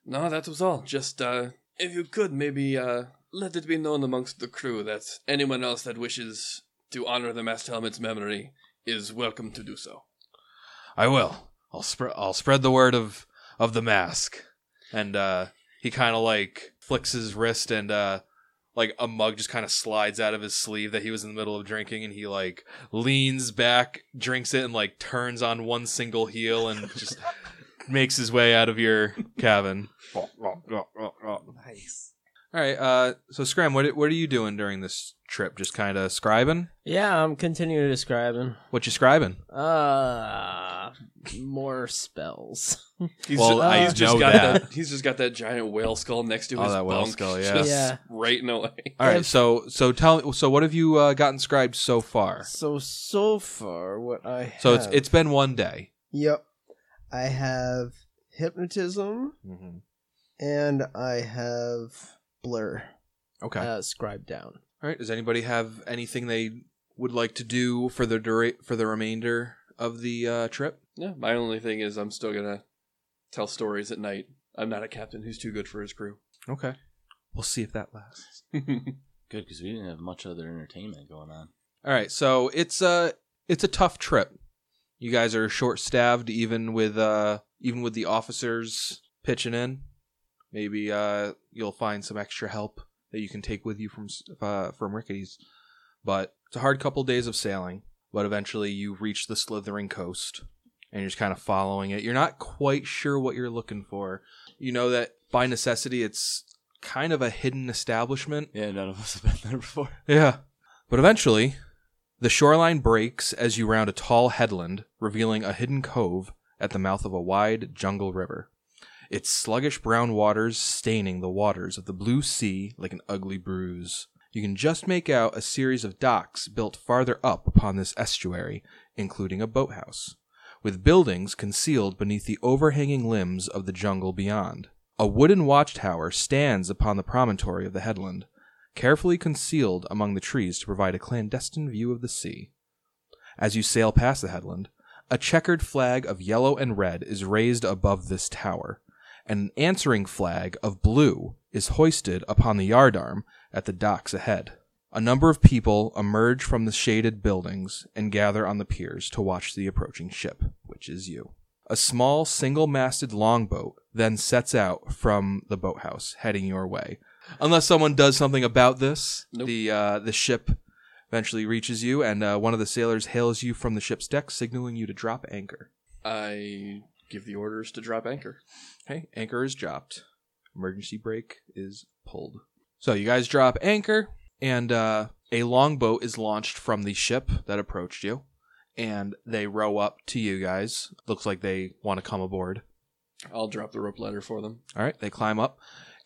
No, that was all. Just, uh, if you could, maybe, uh, let it be known amongst the crew that anyone else that wishes to honor the Mast Helmet's memory is welcome to do so.
I will. I'll spread. I'll spread the word of of the mask. And uh, he kind of like flicks his wrist, and uh, like a mug just kind of slides out of his sleeve that he was in the middle of drinking, and he like leans back, drinks it, and like turns on one single heel and just (laughs) makes his way out of your cabin.
Nice.
All right, uh, so Scram, what what are you doing during this trip? Just kind of scribing.
Yeah, I'm continuing describing.
What you scribing?
Uh, more spells.
He's
Well,
ju-
I
he's just
know
got
that.
that. He's just got that giant whale skull next to
Oh,
his
that whale
bunk,
skull, yeah.
(laughs) just
Yeah.
right away.
All right,
If-
so so tell so what have you uh, gotten scribed so far?
So so far, what I have,
So it's it's been one day.
yep. I have hypnotism
Mm-hmm.
and I have blur
Okay.
uh, scribed down.
All right. Does anybody have anything they would like to do for the dura- for the remainder of the uh, trip?
Yeah, my only thing is I'm still gonna tell stories at night. I'm not a captain who's too good for his
(laughs)
crew.
Okay. We'll see if that lasts.
Good, because we didn't have much other entertainment going on.
All right. So it's a it's a tough trip. You guys are short staffed, even with uh even with the officers pitching in. Maybe uh you'll find some extra help that you can take with you from s- uh, from Rickety's. But it's a hard couple days of sailing. But eventually you reach the slithering coast, and you're just kind of following it. You're not quite sure what you're looking for. You know that by necessity, it's kind of a hidden establishment.
Yeah, none of us have been there before.
Yeah. But eventually, the shoreline breaks as you round a tall headland, revealing a hidden cove at the mouth of a wide jungle river. Its sluggish brown waters staining the waters of the blue sea like an ugly bruise. You can just make out a series of docks built farther up upon this estuary, including a boathouse, with buildings concealed beneath the overhanging limbs of the jungle beyond. A wooden watchtower stands upon the promontory of the headland, carefully concealed among the trees to provide a clandestine view of the sea. As you sail past the headland, a checkered flag of yellow and red is raised above this tower, and an answering flag of blue is hoisted upon the yardarm at the docks ahead. A number of people emerge from the shaded buildings and gather on the piers to watch the approaching ship, which is you. A small single masted longboat then sets out from the boathouse, heading your way. Unless someone does something about this,
Nope.
the uh, the ship eventually reaches you, and uh, one of the sailors hails you from the ship's deck, signaling you to drop anchor.
I give the orders to drop anchor.
Okay, anchor is dropped. Emergency brake is pulled. So you guys drop anchor, and uh, a longboat is launched from the ship that approached you, and they row up to you guys. Looks like they want to come aboard.
I'll drop the rope ladder for them.
All right, they climb up,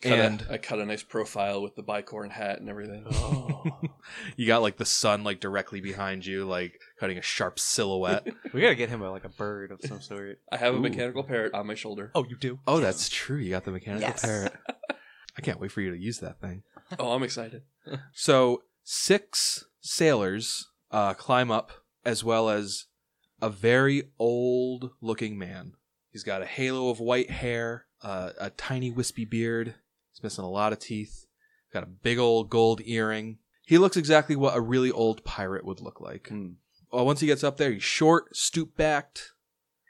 Cut a-
and
I cut a nice profile with the bicorn hat and everything.
Oh.
(laughs) Oh.
(laughs) you got like the sun like directly behind you, like cutting a sharp silhouette.
We gotta get him a, like a bird of some sort.
I have a
Ooh.
mechanical parrot on my shoulder.
Oh, you do?
oh, that's true. You got the mechanical
Yes.
parrot. I can't wait for you to use that thing.
Oh, I'm excited.
So six sailors uh, climb up, as well as a very old-looking man. He's got a halo of white hair, uh, a tiny wispy beard. He's missing a lot of teeth. Got a big old gold earring. He looks exactly what a really old pirate would look like.
Hmm.
Well, once he gets up there, he's short, stoop-backed.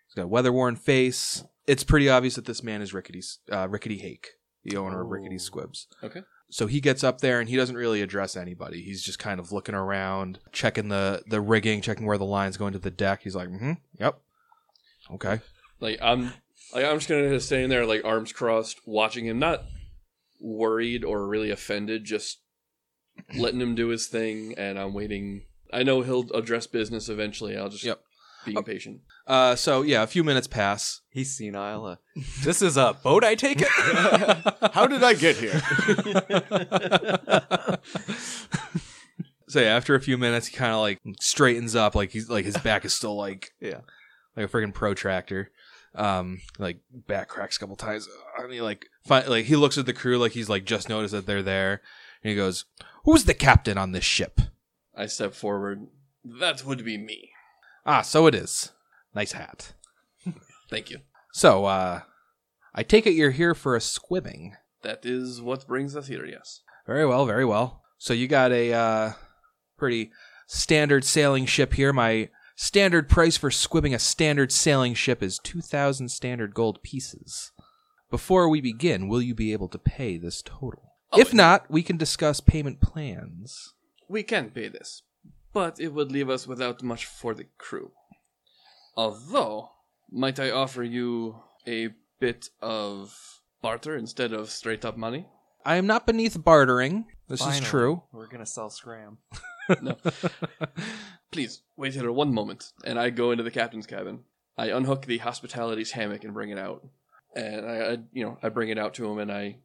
He's got a weather-worn face. It's pretty obvious that this man is Rickety, uh, Rickety Hake, the owner of Rickety
Oh.
Squibs.
Okay.
So he gets up there and he doesn't really address anybody. He's just kind of looking around, checking the the rigging, checking where the lines going to the deck. He's like, "Hmm, yep, okay."
Like I'm, like I'm just gonna stay in there, like arms crossed, watching him, not worried or really offended, just letting him do his thing, and I'm waiting. I know he'll address business eventually. I'll just
Yep.
be
Uh,
patient.
Uh, so yeah, a few minutes pass.
He's senile. (laughs) Uh, this is a boat, I take it?
(laughs)
(laughs)
How did I get here?
(laughs) so yeah, after a few minutes, he kind of like straightens up, like he's like his back is still like
Yeah.
like a freaking protractor. Um, like back cracks a couple times. I mean, like fi- like he looks at the crew like he's like just noticed that they're there, and he goes, "Who's the captain on this ship?"
I step forward. That would be me.
Ah, so it is. Nice hat.
Thank you.
So, uh, I take it you're here for a squibbing.
That is what brings us here. Yes.
Very well, very well. So you got a uh, pretty standard sailing ship here. My standard price for squibbing a standard sailing ship is 2,000 standard gold pieces. Before we begin, will you be able to pay this total? if not, we can discuss payment plans.
We can pay this, but it would leave us without much for the crew. Although, might I offer you a bit of barter instead of straight up money?
I am not beneath bartering. This
Finally,
is true.
We're gonna sell Scram.
(laughs) Please, wait here one moment. And I go into the captain's cabin. I unhook the hospitality's hammock and bring it out. And I, I you know, I bring it out to him and I,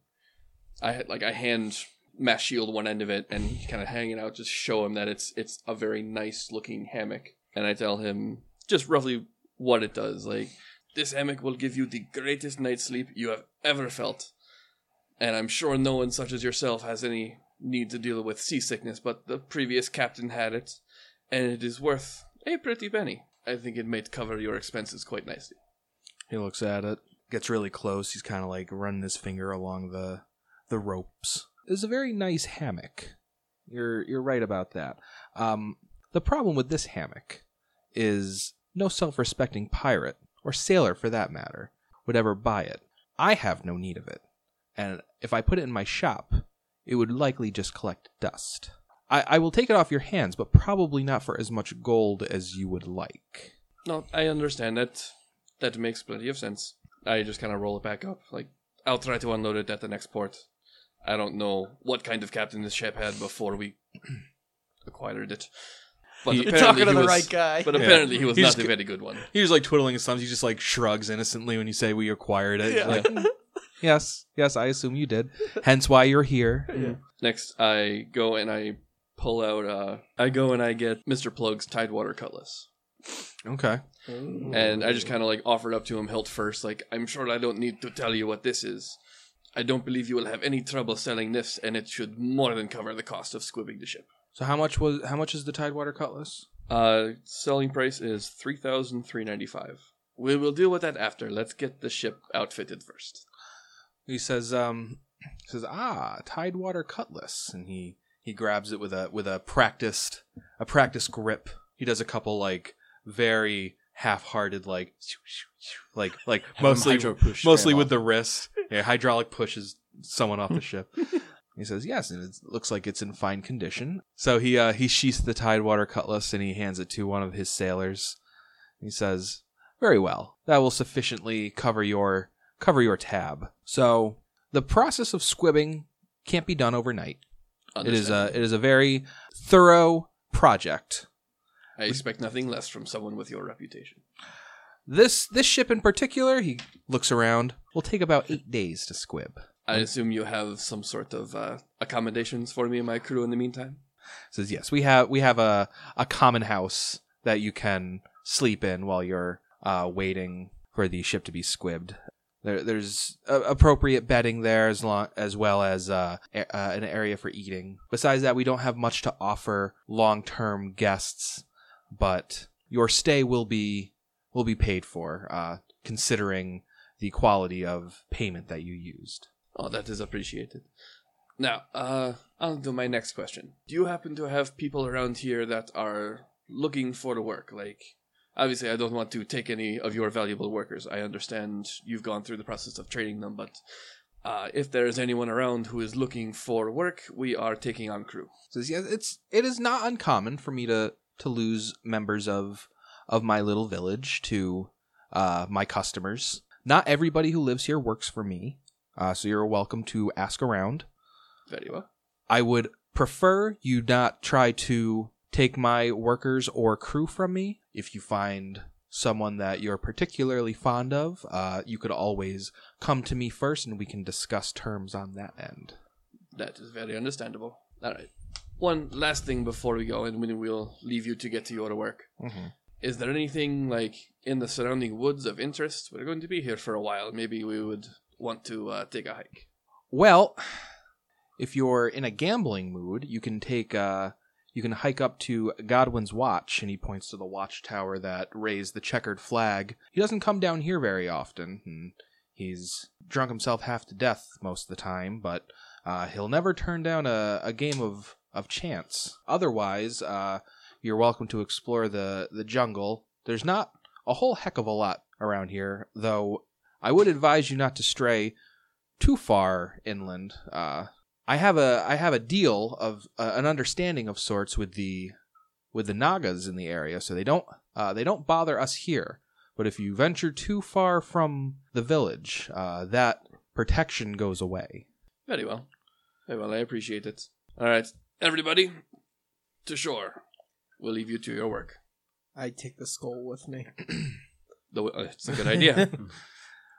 I like I hand Mass Shield one end of it and kind of hang it out, just show him that it's it's a very nice looking hammock. And I tell him just roughly what it does. Like this hammock will give you the greatest night's sleep you have ever felt. And I'm sure no one such as yourself has any need to deal with seasickness, but the previous captain had it and it is worth a pretty penny. I think it might cover your expenses quite nicely.
He looks at it, gets really close. He's kind of like running his finger along the the ropes. It's a very nice hammock. You're you're right about that. Um, the problem with this hammock is no self-respecting pirate or sailor, for that matter, would ever buy it. I have no need of it, and if I put it in my shop, it would likely just collect dust. I, I will take it off your hands, but probably not for as much gold as you would like.
No, I understand that. That makes plenty of sense. I just kind of roll it back up. Like, I'll try to unload it at the next port. I don't know what kind of captain this ship had before we (clears throat) acquired it. But (laughs)
You're
talking
apparently
to
he
the
was-
right guy.
But apparently he was
He's
not a
c-
very good one.
He was like twiddling his thumbs. He just like shrugs innocently when you say we acquired it. He's
Yeah.
like, "Mm, yes, yes, I assume you did. Hence why you're here.
Next, I go and I pull out. Uh, I go and I get Mr. Plug's Tidewater Cutlass.
Okay.
(laughs)
Mm-hmm.
and I just kind of like offered up to him hilt first, like I'm sure I don't need to tell you what this is. I don't believe you will have any trouble selling this, and it should more than cover the cost of squibbing the ship.
So how much was how much is the Tidewater Cutlass?
Uh, selling price is three thousand three ninety five. We will deal with that after. Let's get the ship outfitted first.
He says, um, he says ah, Tidewater Cutlass, and he he grabs it with a with a practiced a practiced grip. He does a couple like very half-hearted like (laughs) like like mostly mostly with the wrist. Yeah, hydraulic pushes someone off the ship. He says yes, and it looks like it's in fine condition. So he uh, he sheaths the tidewater cutlass and he hands it to one of his sailors. He says, "Very well, that will sufficiently cover your cover your tab." So the process of squibbing can't be done overnight. It is a it is a very thorough project.
I expect nothing less from someone with your reputation.
This this ship in particular, he looks around, will take about eight days to squib.
I assume you have some sort of uh, accommodations for me and my crew in the meantime.
says yes we have we have a, a common house that you can sleep in while you're uh, waiting for the ship to be squibbed there, there's uh, appropriate bedding there as long as well as uh, a- uh, an area for eating besides that we don't have much to offer long-term guests but your stay will be will be paid for uh, considering the quality of payment that you used
Oh, that is appreciated. Now, uh, on to my next question. Do you happen to have people around here that are looking for work? Like, obviously, I don't want to take any of your valuable workers. I understand you've gone through the process of training them, but uh, if there is anyone around who is looking for work, we are taking on crew.
says yes it's it is not uncommon for me to to lose members of of my little village to uh my customers not everybody who lives here works for me uh so you're welcome to ask around
Very well.
i would prefer you not try to take my workers or crew from me if you find someone that you're particularly fond of uh you could always come to me first and we can discuss terms on that end
That is very understandable. All right. One last thing before we go, and then we'll leave you to get to your work.
Mhm.
Is there anything like in the surrounding woods of interest? We're going to be here for a while. Maybe we would want to uh, take a hike.
Well, if you're in a gambling mood, you can take uh you can hike up to Godwin's Watch and he points to the watchtower that raised the checkered flag. He doesn't come down here very often and he's drunk himself half to death most of the time, but uh, he'll never turn down a, a game of, of chance. Otherwise, uh, you're welcome to explore the, the jungle. There's not a whole heck of a lot around here, though I would advise you not to stray too far inland. Uh, I have a I have a deal of uh, an understanding of sorts with the with the Nagas in the area, so they don't uh, they don't bother us here. But if you venture too far from the village, uh, that protection goes away. (clears throat)
Very well. Very well, I appreciate it. All right, everybody, to shore. We'll leave you to your work.
I take the skull with me.
Though uh, it's a good idea.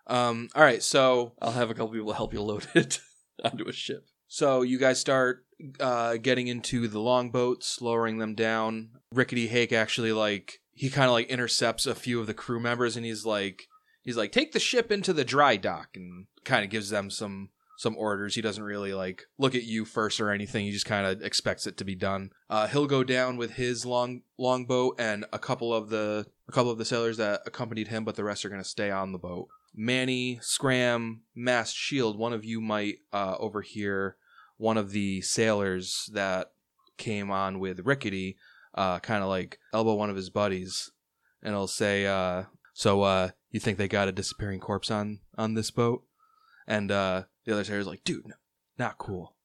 Um, all right, so
I'll have a couple people help you load it (laughs) onto a ship.
So you guys start uh, getting into the longboats, lowering them down. Rickety Hake actually like he kind of like intercepts a few of the crew members, and he's like he's like take the ship into the dry dock, and kind of gives them some some orders. He doesn't really like look at you first or anything. He just kind of expects it to be done. Uh, he'll go down with his long longboat and a couple of the a couple of the sailors that accompanied him, but the rest are gonna stay on the boat. Manny, Scram, Mast Shield, one of you might uh, overhear one of the sailors that came on with Rickety, uh, kind of like elbow one of his buddies, and he'll say, uh, "So uh, you think they got a disappearing corpse on on this boat?" And uh, the other sailor's like, "Dude, no, not cool.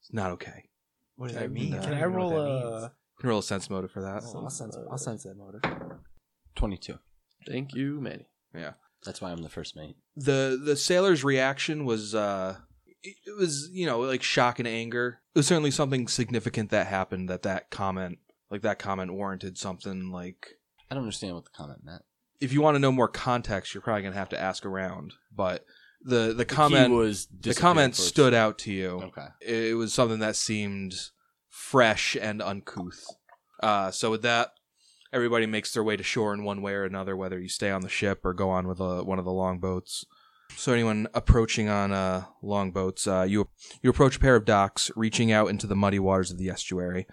It's not okay."
What
does that mean?
I
Can
don't
I
even know what
roll
that
a-
means.
You can roll a sense motive for that.
I'll sense, I'll sense that motive.
22.
Thank you, Manny.
That's why I'm the first mate.
the the sailor's reaction was uh it it was you know like shock and anger it was certainly something significant that happened that that comment like that comment warranted something like
I don't understand what the comment meant.
if you want to know more context you're probably gonna have to ask around but the the
He
comment
was
the comment stood out to you
Okay.
it was something that seemed fresh and uncouth. Uh, so with that, everybody makes their way to shore in one way or another, whether you stay on the ship or go on with a, one of the longboats. So anyone approaching on uh, longboats, uh, you you approach a pair of docks, reaching out into the muddy waters of the estuary.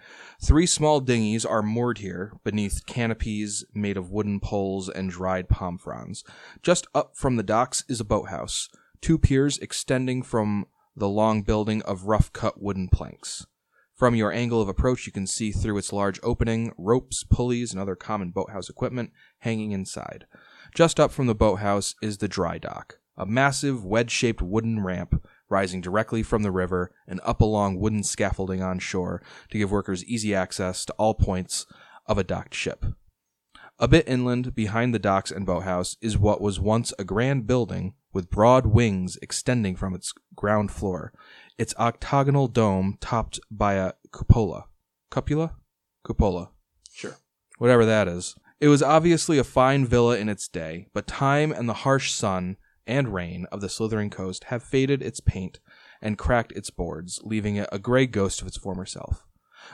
Three small dinghies are moored here beneath canopies made of wooden poles and dried palm fronds. Just up from the docks is a boathouse, two piers extending from the long building of rough cut wooden planks. From your angle of approach, you can see through its large opening ropes, pulleys, and other common boathouse equipment hanging inside. Just up from the boathouse is the dry dock, a massive wedge shaped wooden ramp rising directly from the river and up along wooden scaffolding on shore to give workers easy access to all points of a docked ship. A bit inland, behind the docks and boathouse, is what was once a grand building with broad wings extending from its ground floor, its octagonal dome topped by a cupola. Cupula? Cupola.
Sure.
Whatever that is. It was obviously a fine villa in its day, but time and the harsh sun and rain of the slithering coast have faded its paint and cracked its boards, leaving it a gray ghost of its former self.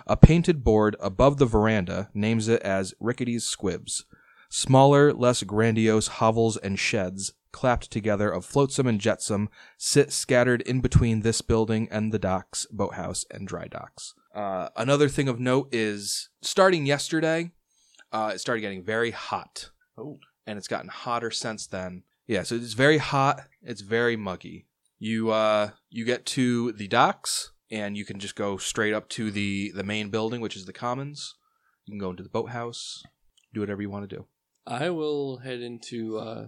A painted board above the veranda names it as Rickety's Squibs. Smaller, less grandiose hovels and sheds, clapped together of flotsam and jetsam, sit scattered in between this building and the docks, boathouse, and dry docks. Uh, another thing of note is starting yesterday, uh, it started getting very hot.
Oh.
And it's gotten hotter since then. Yeah, so it's very hot. It's very muggy. You uh, you get to the docks, and you can just go straight up to the the main building, which is the commons. You can go into the boathouse, do whatever you want to do.
I will head into. Uh,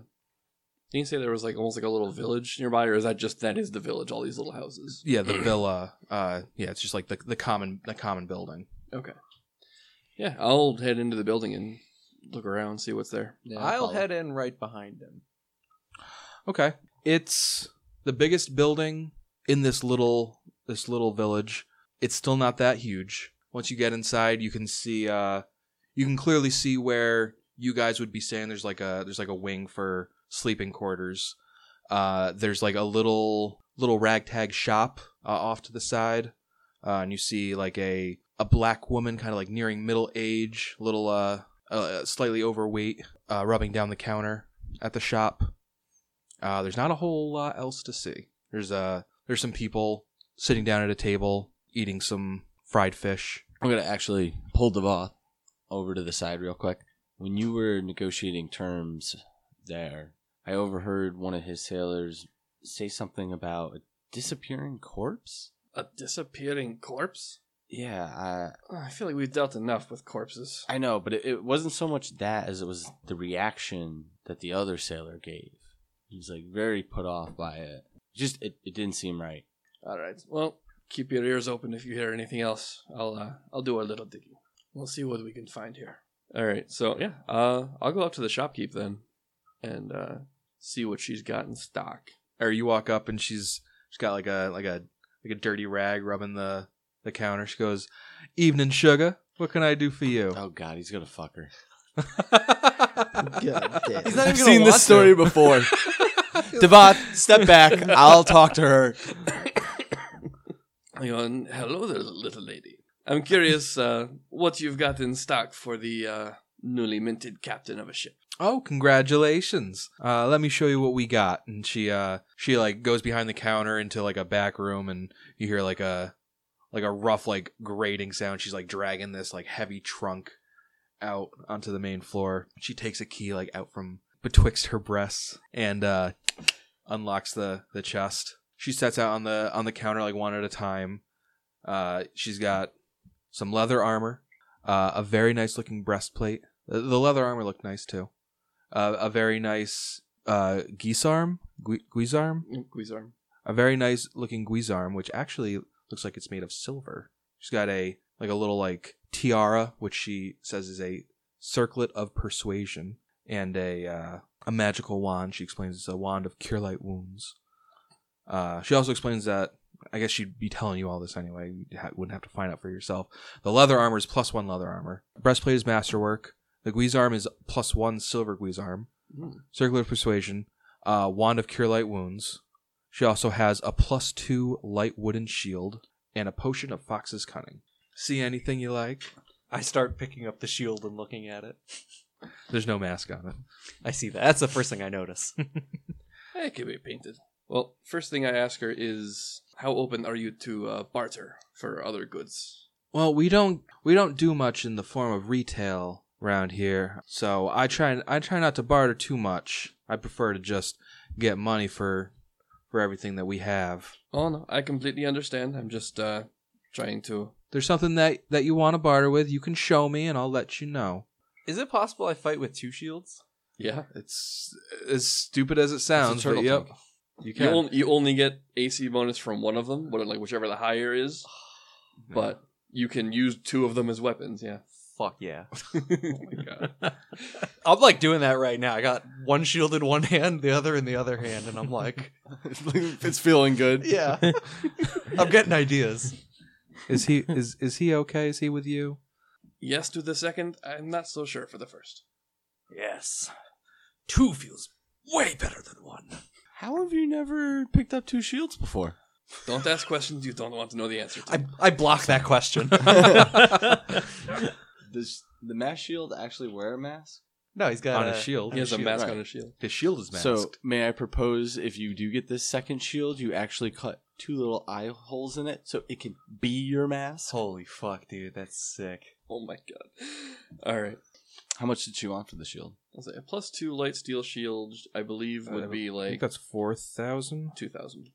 did you say there was like almost like a little village nearby, or is that just that is the village? All these little houses.
Yeah, the villa. Uh, yeah, it's just like the the common the common building.
Yeah, I'll head into the building and look around, see what's there.
Yeah,
I'll
follow.
head in right behind him.
Okay. It's the biggest building in this little this little village. It's still not that huge. Once you get inside, you can see uh you can clearly see where you guys would be staying. There's like a there's like a wing for sleeping quarters. Uh there's like a little little ragtag shop uh, off to the side. Uh, and you see like a a black woman kind of like nearing middle age, little uh, uh slightly overweight, uh rubbing down the counter at the shop. Uh, there's not a whole lot else to see. There's uh, there's some people sitting down at a table eating some fried fish.
I'm gonna actually pull the ball over to the side real quick. When you were negotiating terms there, I overheard one of his sailors say something about a disappearing corpse.
A disappearing corpse. Uh,
Yeah, I,
I feel like we've dealt enough with corpses.
I know, but it, it wasn't so much that as it was the reaction that the other sailor gave. He was like very put off by it. Just it, it didn't seem right.
All right. Well, keep your ears open if you hear anything else. I'll uh, I'll do a little digging. We'll see what we can find here. All right. So yeah, uh, I'll go up to the shopkeep then, and uh, see what she's got in stock. (coughs)
or you walk up and she's she's got like a like a like a dirty rag rubbing the the counter. She goes, "Evening, sugar. What can I do for
(laughs)
you?"
Oh god, he's gonna fuck her.
God damn.
He's not even gonna
I've seen
want
this
to.
story
(laughs)
before. Devat, step (laughs) back. I'll talk to her.
I go, "N- hello there, little lady. I'm curious uh, what you've got in stock for the uh, newly minted captain of a ship.
Oh, congratulations! Uh, let me show you what we got. And she uh she like goes behind the counter into like a back room, and you hear like a like a rough like grating sound. She's like dragging this like heavy trunk out onto the main floor. She takes a key like out from betwixt her breasts and uh unlocks the the chest. She sets out on the on the counter like one at a time. Uh, she's got some leather armor, uh, a very nice looking breastplate. The, the leather armor looked nice too. Uh, a very nice uh, guisarm, Gui- guisarm,
Guizarm.
a very nice looking guisarm, which actually looks like it's made of silver. She's got a like a little like tiara, which she says is a circlet of persuasion, and a uh, a magical wand. She explains it's a wand of cure light wounds. Uh, she also explains that I guess she'd be telling you all this anyway. You ha- wouldn't have to find out for yourself. The leather armor is plus one leather armor. Breastplate is masterwork. The guisarm is plus one silver guisarm. Circular persuasion. Uh, wand of cure light wounds. She also has a plus two light wooden shield and a potion of fox's cunning. See anything you like?
I start picking up the shield and looking at it.
There's no mask on it.
(laughs) I see that. That's the first thing I notice.
Eh, It could be painted. Well, first thing I ask her is, how open are you to uh, barter for other goods?
Well, we don't we don't do much in the form of retail around here, so I try I try not to barter too much. I prefer to just get money for for everything that we have.
Oh no, I completely understand. I'm just uh, trying to.
There's something that that you want to barter with, you can show me, and I'll let you know.
(laughs) Is it possible I fight with two shields?
Yeah,
It's as stupid as it sounds, but yep, you
you,
can.
on- you only get AC bonus from one of them, what- like whichever the higher (sighs) is, but you can use two of them as weapons. Yeah.
Fuck yeah.
Oh my god.
(laughs) I'm like doing that right now. I got one shield in one (laughs) hand, the other in the other hand, and I'm like,
(laughs) it's feeling good.
yeah. I'm getting ideas.
is he is is he okay? Is he with you?
(laughs) yes to the second. I'm not so sure for the first.
Yes. Two feels way better than one.
How have you never picked up two shields before?
Don't ask questions you don't want to know the answer (laughs) to.
I, I block that question.
(laughs)
(laughs)
Does the mass shield actually wear a mask?
no, he's got
on
a
his shield.
he has a mask
right.
on his shield.
His shield is masked.
So may I propose if you do get this second shield, you actually cut two little eye holes in it so it can be your mask?
Holy fuck, dude. That's sick.
Oh my god. All right.
How much did you want for the shield?
I'll say a plus two light steel shield. I believe
Uh,
would be
I think
like
that's four thousand
two thousand.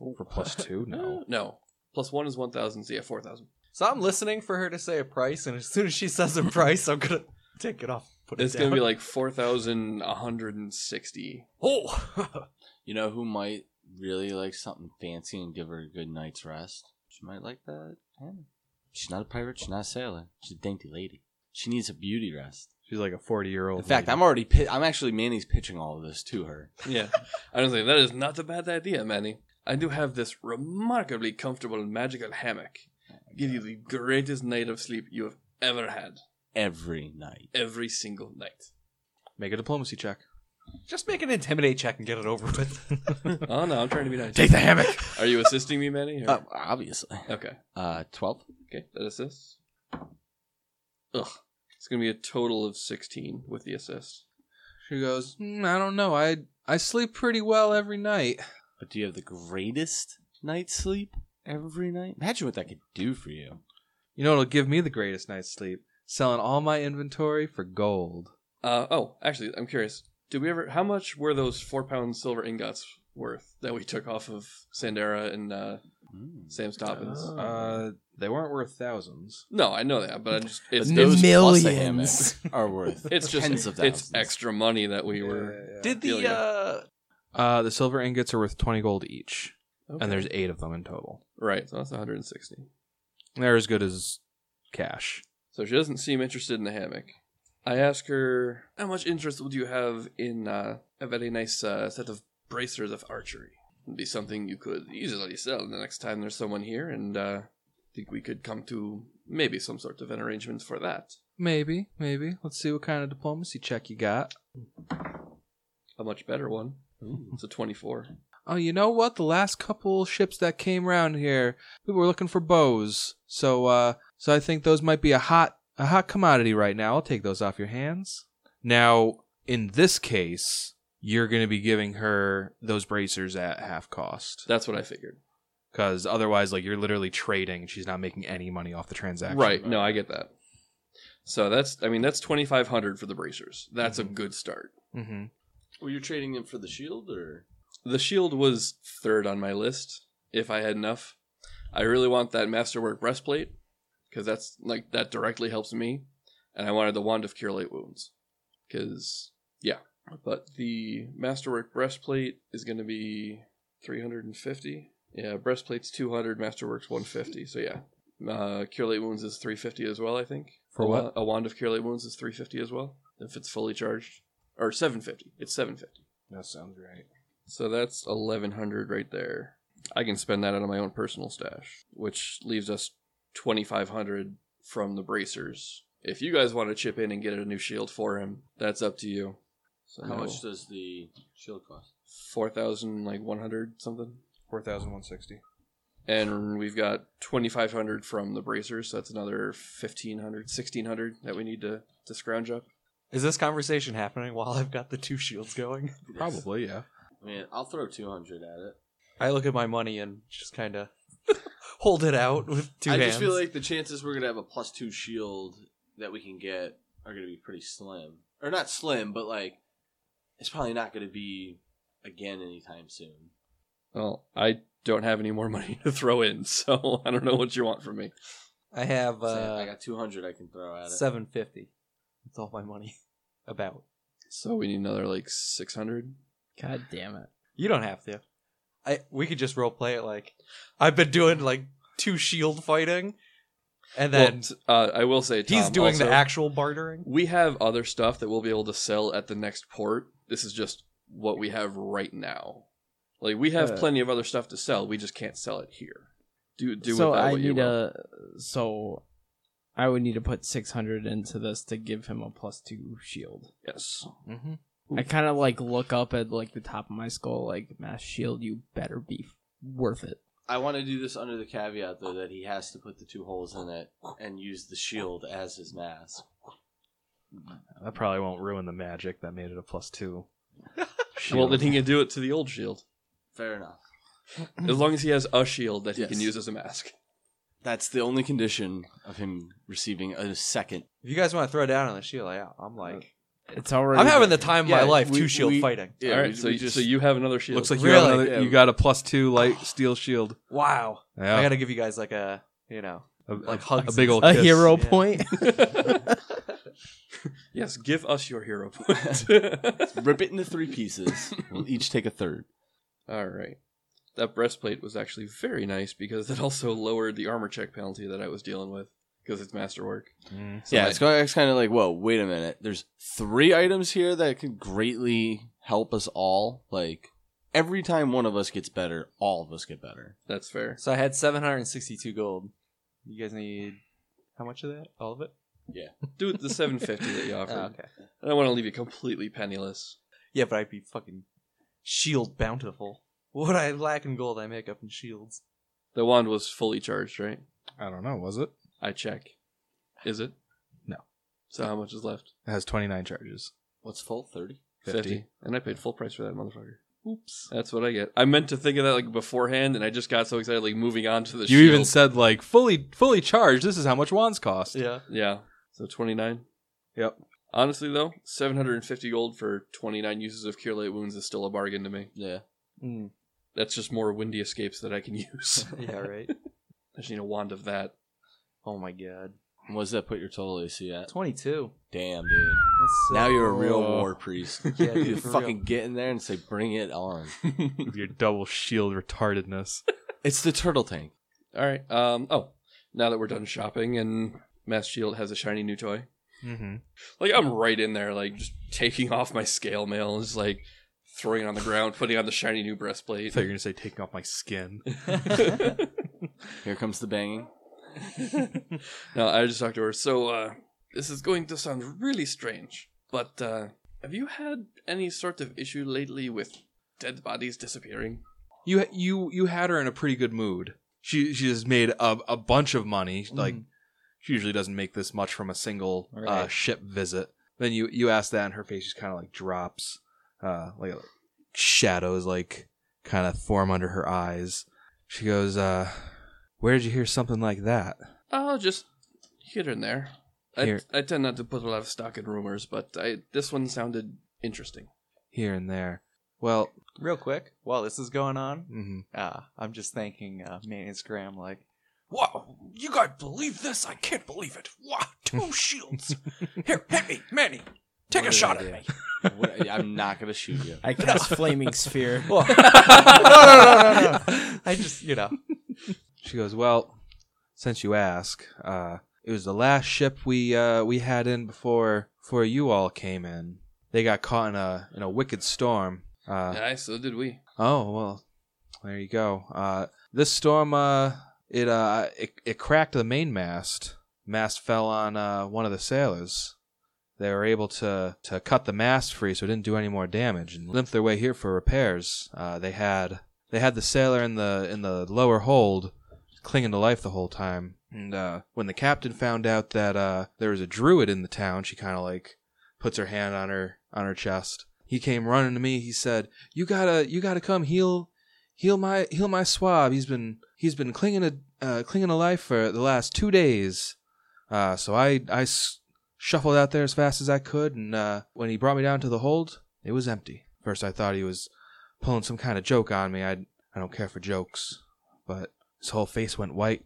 Uh,
for plus two. (laughs) No,
No. Plus one is 1,000, so yeah, 4,000.
So I'm listening for her to say a price, and as soon as she says a price, I'm gonna take it off. Put it
It's going to be like 4,160.
(laughs) oh, (laughs)
You know who might really like something fancy and give her a good night's rest? She might like that. Yeah. She's not a pirate. She's not a sailor. She's a dainty lady. She needs a beauty rest.
she's like a forty-year-old.
In fact, I'm already. Pi- I'm actually Manny's pitching all of this to her.
Yeah. (laughs) I don't think that is not a bad idea, Manny. I do have this remarkably comfortable magical hammock.
Oh
Give you the greatest night of sleep you have ever had
Every night.
every single night.
make a diplomacy check.
just make an intimidate check and get it over with.
(laughs)
(laughs)
Oh, no, I'm trying to be nice.
the hammock.
Are you assisting me, Manny? or-
Uh, obviously.
Okay.
Uh, twelve.
Okay, that assists. Ugh. It's going to be a total of 16 with the assist.
She goes, "Mm, I don't know. I I sleep pretty well every night.
But do you have the greatest night's sleep every night? Imagine what that could do for you.
You know, it'll give me the greatest night's sleep. Selling all my inventory for gold.
Uh, oh, actually, I'm curious. Did we ever? How much were those four pound silver ingots worth that we took off of Sandera and uh,
Hmm.
Sam Stoppins?
Uh, they weren't worth thousands.
no, I know that, but I just it's
But
those,
plus the (laughs)
Millions.
hammock are worth.
it's just
tens of thousands.
it's extra money that we were.
Did
Deal
the
ya.
uh,
Uh, the silver ingots are worth twenty gold each.
Okay.
and there's eight of them in total.
right, so that's 160.
They're as good as cash.
So she doesn't seem interested in the hammock. I ask her, "How much interest would you have in uh, a very nice uh, set of bracers of archery? It'd be something you could easily sell the next time there's someone here, and uh, think we could come to maybe some sort of an arrangement for that.
Maybe, maybe. Let's see what kind of diplomacy check you got.
A much better one. It's a twenty-four.
Oh, you know what? The last couple ships that came round here, people were looking for bows. So, uh, so I think those might be a hot, a hot commodity right now. I'll take those off your hands. Now, in this case, you're going to be giving her those bracers at half cost,
That's what I figured.
because otherwise, like you're literally trading. She's not making any money off the transaction.
right? No, I get that. So that's, I mean, that's twenty-five hundred for the bracers. That's a
Mhm.
good start.
Mm-hmm.
Well, you're trading them for the shield, or
The shield was third on my list if I had enough. I really want that masterwork breastplate because that's like that directly helps me, and I wanted the wand of cure light wounds because yeah. But the masterwork breastplate is going to be three hundred and fifty. Yeah, breastplate's two hundred, masterwork's one fifty. So yeah, uh, cure light wounds is three fifty as well. I think
For
A wa-
what?
A wand of cure light wounds is three fifty as well if it's fully charged, or seven fifty. It's seven fifty.
That sounds right.
So that's eleven hundred right there. I can spend that out of my own personal stash, which leaves us twenty five hundred from the bracers. If you guys want to chip in and get a new shield for him, that's up to you. So
how much does the shield cost?
Four thousand like one hundred something.
Four thousand one sixty.
And we've got twenty five hundred from the bracers, so that's another 1500, 1600 that we need to, to scrounge up.
(laughs) Is this conversation happening while I've got the two shields going? (laughs)
Probably, yeah.
I mean, I'll throw two hundred at it.
I look at my money and just kind of (laughs) hold it out with two
I
hands.
just feel like the chances we're gonna have a plus two shield that we can get are gonna be pretty slim, or not slim, but like it's probably not gonna be again anytime soon.
Well, I don't have any more (laughs) money to throw in, so (laughs) I don't know what you want from me.
I have
So, yeah,
uh,
I got two hundred I can throw at it.
seven fifty. That's all my money. (laughs) About
So we need another like six hundred.
God damn it.
you don't have to. I we could just role play it like I've been doing like two shield fighting, and
Well,
then
t- uh, I will say
he's
Tom,
doing the
also,
actual bartering.
We have other stuff that we'll be able to sell at the next port. This is just what we have right now. Like we have
Uh,
plenty of other stuff to sell. We just can't sell it here. Do do
so
with that
I
what you
need
will.
a so I would need to put 600 into this to give him a plus 2 shield.
yes.
Mm-hmm.
I kind of like look up at like the top of my skull like mass shield you better be worth it.
I want to do this under the caveat though that he has to put the two holes in it and use the shield as his mask.
That probably won't ruin the magic that made it a plus two. (laughs)
Well, then he can do it to the old shield
Fair enough.
as long as he has a shield that he can
Yes.
use as a mask.
That's the only condition of him receiving a second.
If you guys want to throw down on the shield, yeah, I'm like
It's already
I'm having the time of my
Yeah,
life.
we-
two shield
we-
fighting.
All right, so so you have another shield.
Looks like
you have
you,
Really?
another-
you
you
got a plus
(sighs)
two light steel shield.
Wow,
Yeah,
I got to give you guys like a you know
a,
like hugs.
a big old
a
kiss.
hero
(laughs) yeah.
point.
(laughs)
(laughs)
yes, give us your hero point.
(laughs) rip it into three (laughs) pieces. we'll each take a third.
All right. That breastplate was actually very nice because it also (laughs) lowered the armor check penalty that I was dealing with because it's masterwork.
Mm.
So
yeah,
my-
it's, kind of, it's kind of like, whoa, wait a minute. There's three items here that could greatly help us all. Like, every time one of us gets better, all of us get better.
that's fair.
So I had 762 gold. You guys need how much of that? All of it?
Do it the 750 that you offered.
(laughs) Oh, okay.
I don't want to leave you completely penniless.
Yeah, but I'd be fucking shield bountiful. What I lack in gold, I make up in shields.
The wand was fully charged, right?
I don't know. Was it?
I check. Is it?
No.
So how much is left?
It has twenty nine charges.
What's full? 30?
50.
And I paid full price for that motherfucker. Oops. That's what I get. I meant to think of that like beforehand and I just got so excited like moving on to the
you
shield.
even said like fully fully charged. This is how much wands cost.
Yeah.
Yeah. So 29.
Yep.
Honestly, though, 750 gold for 29 uses of Cure Light Wounds is still a bargain to me.
Yeah.
Mm,
That's just more windy escapes that I can (laughs) use.
yeah, right.
I just need a wand of that.
(laughs) Oh my god.
What does that put your total AC at?
22.
Damn, dude.
That's, uh,
now you're a real
Oh.
Whoa.
war priest.
Yeah, dude,
you
for
fucking get in there and say, "Bring it on."
(laughs)
with your double shield retardedness.
it's the turtle tank.
All right. Um. Oh, now that we're done shopping and Mass Shield has a shiny new toy,
(laughs)
Mm-hmm.
like I'm right in there, like just taking (laughs) off my scale mail and just like throwing it on the ground, putting on the shiny new
I
breastplate.
thought you were gonna say taking off my skin.
Here comes the banging.
(laughs) no, I just talked to her. So uh, this is going to sound really strange, but uh, have you had any sort of issue lately with dead bodies disappearing?
You you you had her in a pretty good mood. She she has made a, a bunch of money. Like she usually doesn't make this much from a single uh,
Right.
ship visit. Then you you ask that, and her face just kind of like drops, uh, like shadows like kind of form under her eyes. She goes, uh, "Where did you hear something like that?"
Oh, just here and there. I,
Here.
I tend not to put a lot of stock in rumors, but I, this one sounded interesting.
Here and there. Well,
Real quick, while this is going on,
mm-hmm.
uh, I'm just thanking uh, Manny's Graham, like,
Wow, you guys believe this? I can't believe it. Wow,
(laughs)
two shields. Here, hit me, Manny. Take
What
a
did
shot
I
at
do?
me.
(laughs) What- I'm not gonna shoot you.
I cast flaming sphere.
(laughs) no, no, no, no, no. I just, you know.
She goes, "Well, since you ask, uh, it was the last ship we uh, we had in before before you all came in. They got caught in a in a wicked storm. Uh,
Aye, so did we.
oh well, there you go. Uh, this storm, uh, it uh, it, it cracked the mainmast. Mast fell on uh, one of the sailors. They were able to, to cut the mast free, so it didn't do any more damage, and limped their way here for repairs. Uh, they had they had the sailor in the in the lower hold clinging to life the whole time. And uh, when the captain found out that uh, there was a druid in the town, she kind of like puts her hand on her on her chest. He came running to me. He said, "You gotta, you gotta come heal, heal my, heal my swab. He's been, he's been clinging to, uh, clinging to life for the last two days." Uh, so I, I s- shuffled out there as fast as I could, and uh, when he brought me down to the hold, it was empty. First, I thought he was pulling some kind of joke on me. I, I don't care for jokes, but his whole face went white,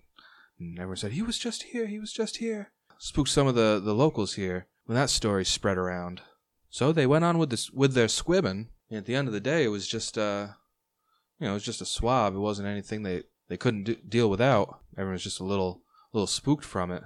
and everyone said, He was just here, he was just here. Spooked some of the, the locals here when that story spread around. So they went on with this with their squibbing, and at the end of the day, it was just uh, you know, it was just a swab. It wasn't anything they they couldn't do, deal without. Everyone was just a little little spooked from it.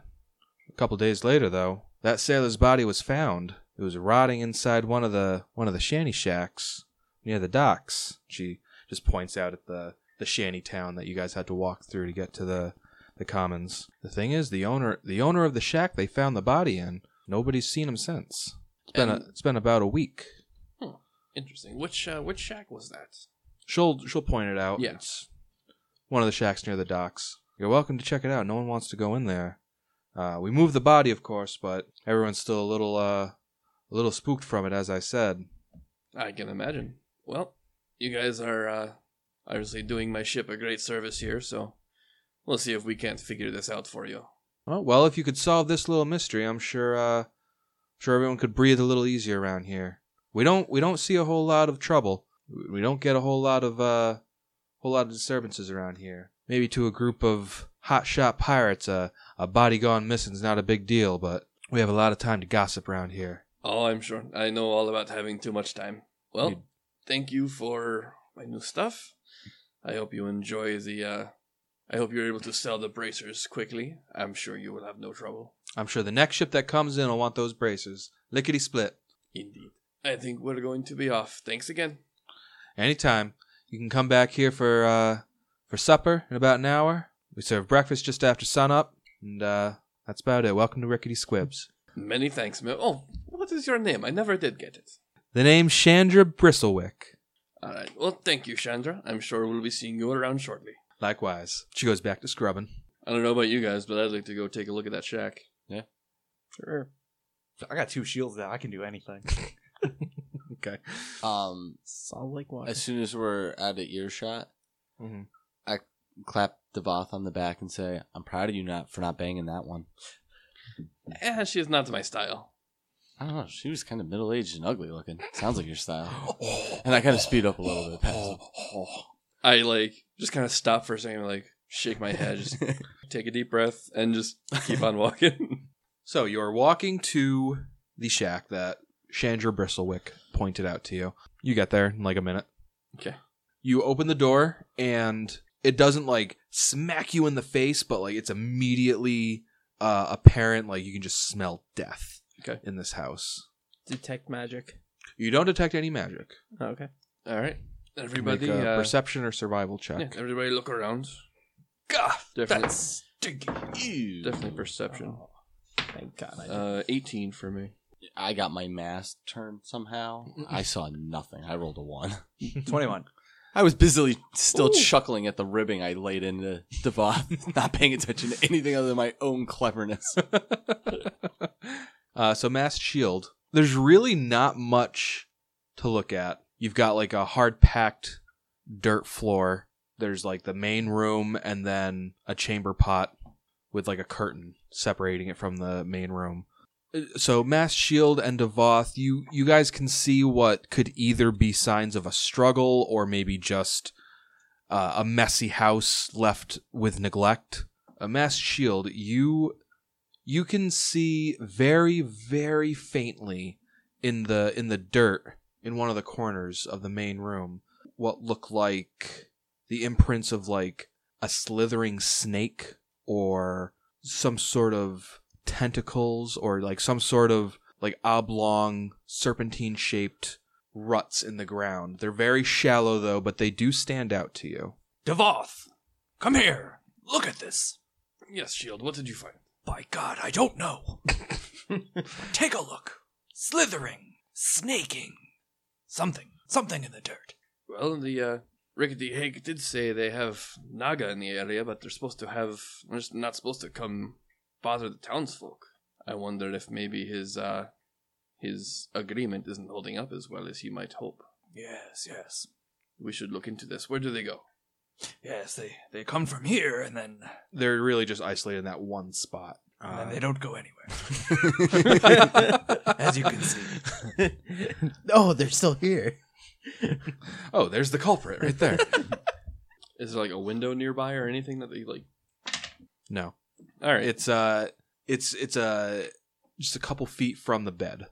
A couple days later, though, that sailor's body was found. It was rotting inside one of the one of the shanty shacks near the docks. She just points out at the the shanty town that you guys had to walk through to get to the the commons. The thing is, the owner the owner of the shack they found the body in. Nobody's seen him since. It's been a,
And-
it's been about a week.
Interesting. Which uh, which shack was that?
She'll she'll point it out.
Yeah.
It's one of the shacks near the docks. You're welcome to check it out. No one wants to go in there. Uh, we moved the body, of course, but everyone's still a little uh, a little spooked from it, as I said.
I can imagine. Well, you guys are uh, obviously doing my ship a great service here, so we'll see if we can't figure this out for you.
Well, well, if you could solve this little mystery, I'm sure uh, sure everyone could breathe a little easier around here. We don't we don't see a whole lot of trouble. We don't get a whole lot of uh, whole lot of disturbances around here. Maybe to a group of hotshot pirates, uh, a body gone missing's not a big deal, but we have a lot of time to gossip around here.
Oh, I'm sure. I know all about having too much time. Well,
You-
thank you for my new stuff. I hope you enjoy the. Uh, I hope you're able to sell the bracers quickly. I'm sure you will have no trouble.
I'm sure the next ship that comes in will want those braces. Lickety split.
Indeed. I think we're going to be off. Thanks again.
Anytime. You can come back here for uh, for supper in about an hour. We serve breakfast just after sunup, and uh, that's about it. Welcome to Rickety Squibs.
Many thanks, Mil. Oh, what is your name? I never did get it.
The name's Chandra Bristlewick.
All right. Well, thank you, Chandra. I'm sure we'll be seeing you around shortly.
Likewise. She goes back to scrubbing.
I don't know about you guys, but I'd like to go take a look at that shack.
Yeah.
Sure.
I got two shields now. I can do (laughs) anything. Uh,
Okay.
Um,
Solid like water.
as soon as we're out of earshot,
Mhm.
I clap the Voth on the back and say, "I'm proud of you not for not banging that one."
Eh, she is not my style.
I don't know. She was kind of middle aged and ugly looking. Sounds like your style. And I kind of speed up a little bit. Past
Oh, (gasps)
him.
I like just kind of (laughs) stop for a second, and, like shake my head, just take a deep breath, and just keep on walking. (laughs)
So you are walking to the shack that Chandra Bristlewick pointed out to you. You get there in like a minute.
Okay.
You open the door and it doesn't like smack you in the face, but like it's immediately uh, apparent. Like you can just smell death
Okay.
in this house.
Detect magic.
You don't detect any magic.
Okay.
All right. Everybody,
Make a
uh,
perception or survival check.
yeah, everybody, look around.
God,
Definitely,
that's stinky.
definitely perception.
Thank God. I did.
Uh, 18 for me.
I got my mask turned somehow. I saw nothing. I rolled a one.
21.
I was busily still chuckling at the ribbing I laid into Devon, (laughs) not paying attention to anything other than my own cleverness.
uh, so mass shield. There's really not much to look at. You've got like a hard packed dirt floor. There's like the main room and then a chamber pot with like a curtain separating it from the main room. Uh, So mass shield and Devoth, you you guys can see what could either be signs of a struggle or maybe just uh, a messy house left with neglect. A mass shield, you you can see very very faintly in the in the dirt in one of the corners of the main room what look like the imprints of like a slithering snake or some sort of tentacles or like some sort of like oblong serpentine shaped ruts in the ground they're very shallow though but they do stand out to you
Devoth, come here. Look at this.
Yes, Shield, what did you find?
By God, I don't know. Take a look. Slithering, snaking, something, something in the dirt.
Well, the uh, Rickety Hake did say they have Naga in the area, but they're supposed to have. They're just not supposed to come bother the townsfolk. I wonder if maybe his uh, his agreement isn't holding up as well as he might hope.
Yes, yes,
We should look into this. Where do they go?
yes. They they come from here and then
they're really just isolated in that one spot
and then
Uh,
they don't go anywhere. (laughs) As you can
(laughs)
see,
Oh, they're still here.
(laughs) oh there's the culprit
(laughs)
right there
Is there like a window nearby or anything that they like?
no
All right,
It's uh it's it's uh just a couple feet from the bed.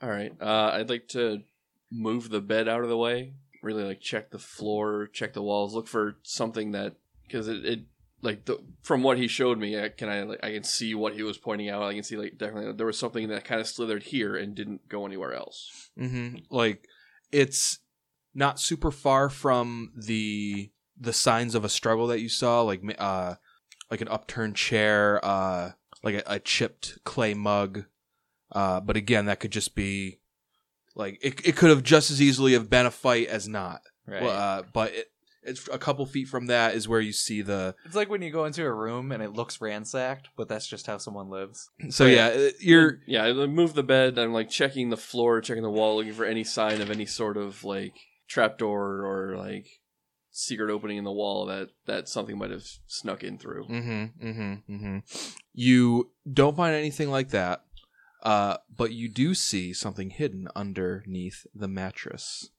all right. Uh, I'd like to move the bed out of the way. Really, like check the floor, check the walls, look for something that because it, it like the, from what he showed me, I, can I like I can see what he was pointing out. I can see like definitely there was something that kind of slithered here and didn't go anywhere else.
Mm-hmm. Like it's not super far from the the signs of a struggle that you saw, like ma- uh like an upturned chair, uh like a, a chipped clay mug. Uh, but again, that could just be like it. It could have just as easily have been a fight as not.
Right.
Well, uh, but it, it's a couple feet from that is where you see the (clears throat)
it's like when you go into a room and it looks ransacked, but that's just how someone lives.
so yeah, it- you're
Yeah, I move the bed. I'm like checking the floor, checking the wall, looking for any sign of any sort of like trapdoor or like secret opening in the wall that that something might have snuck in through.
Mm-hmm. Mm-hmm. Mm-hmm. You don't find anything like that, uh, but you do see something hidden underneath the mattress,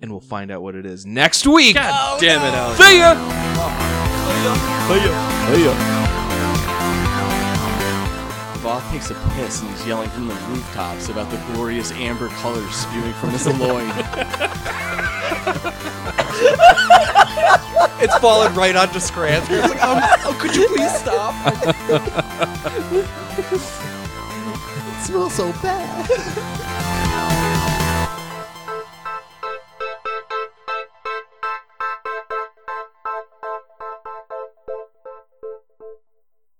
and we'll find out what it is next week.
Damn it, Alex.
See ya.
Voth takes a piss and is yelling from the rooftops about the glorious amber colors spewing from his loin.
It's fallen right onto Scranton. It's like, um, oh, could you please stop?
It smells so bad.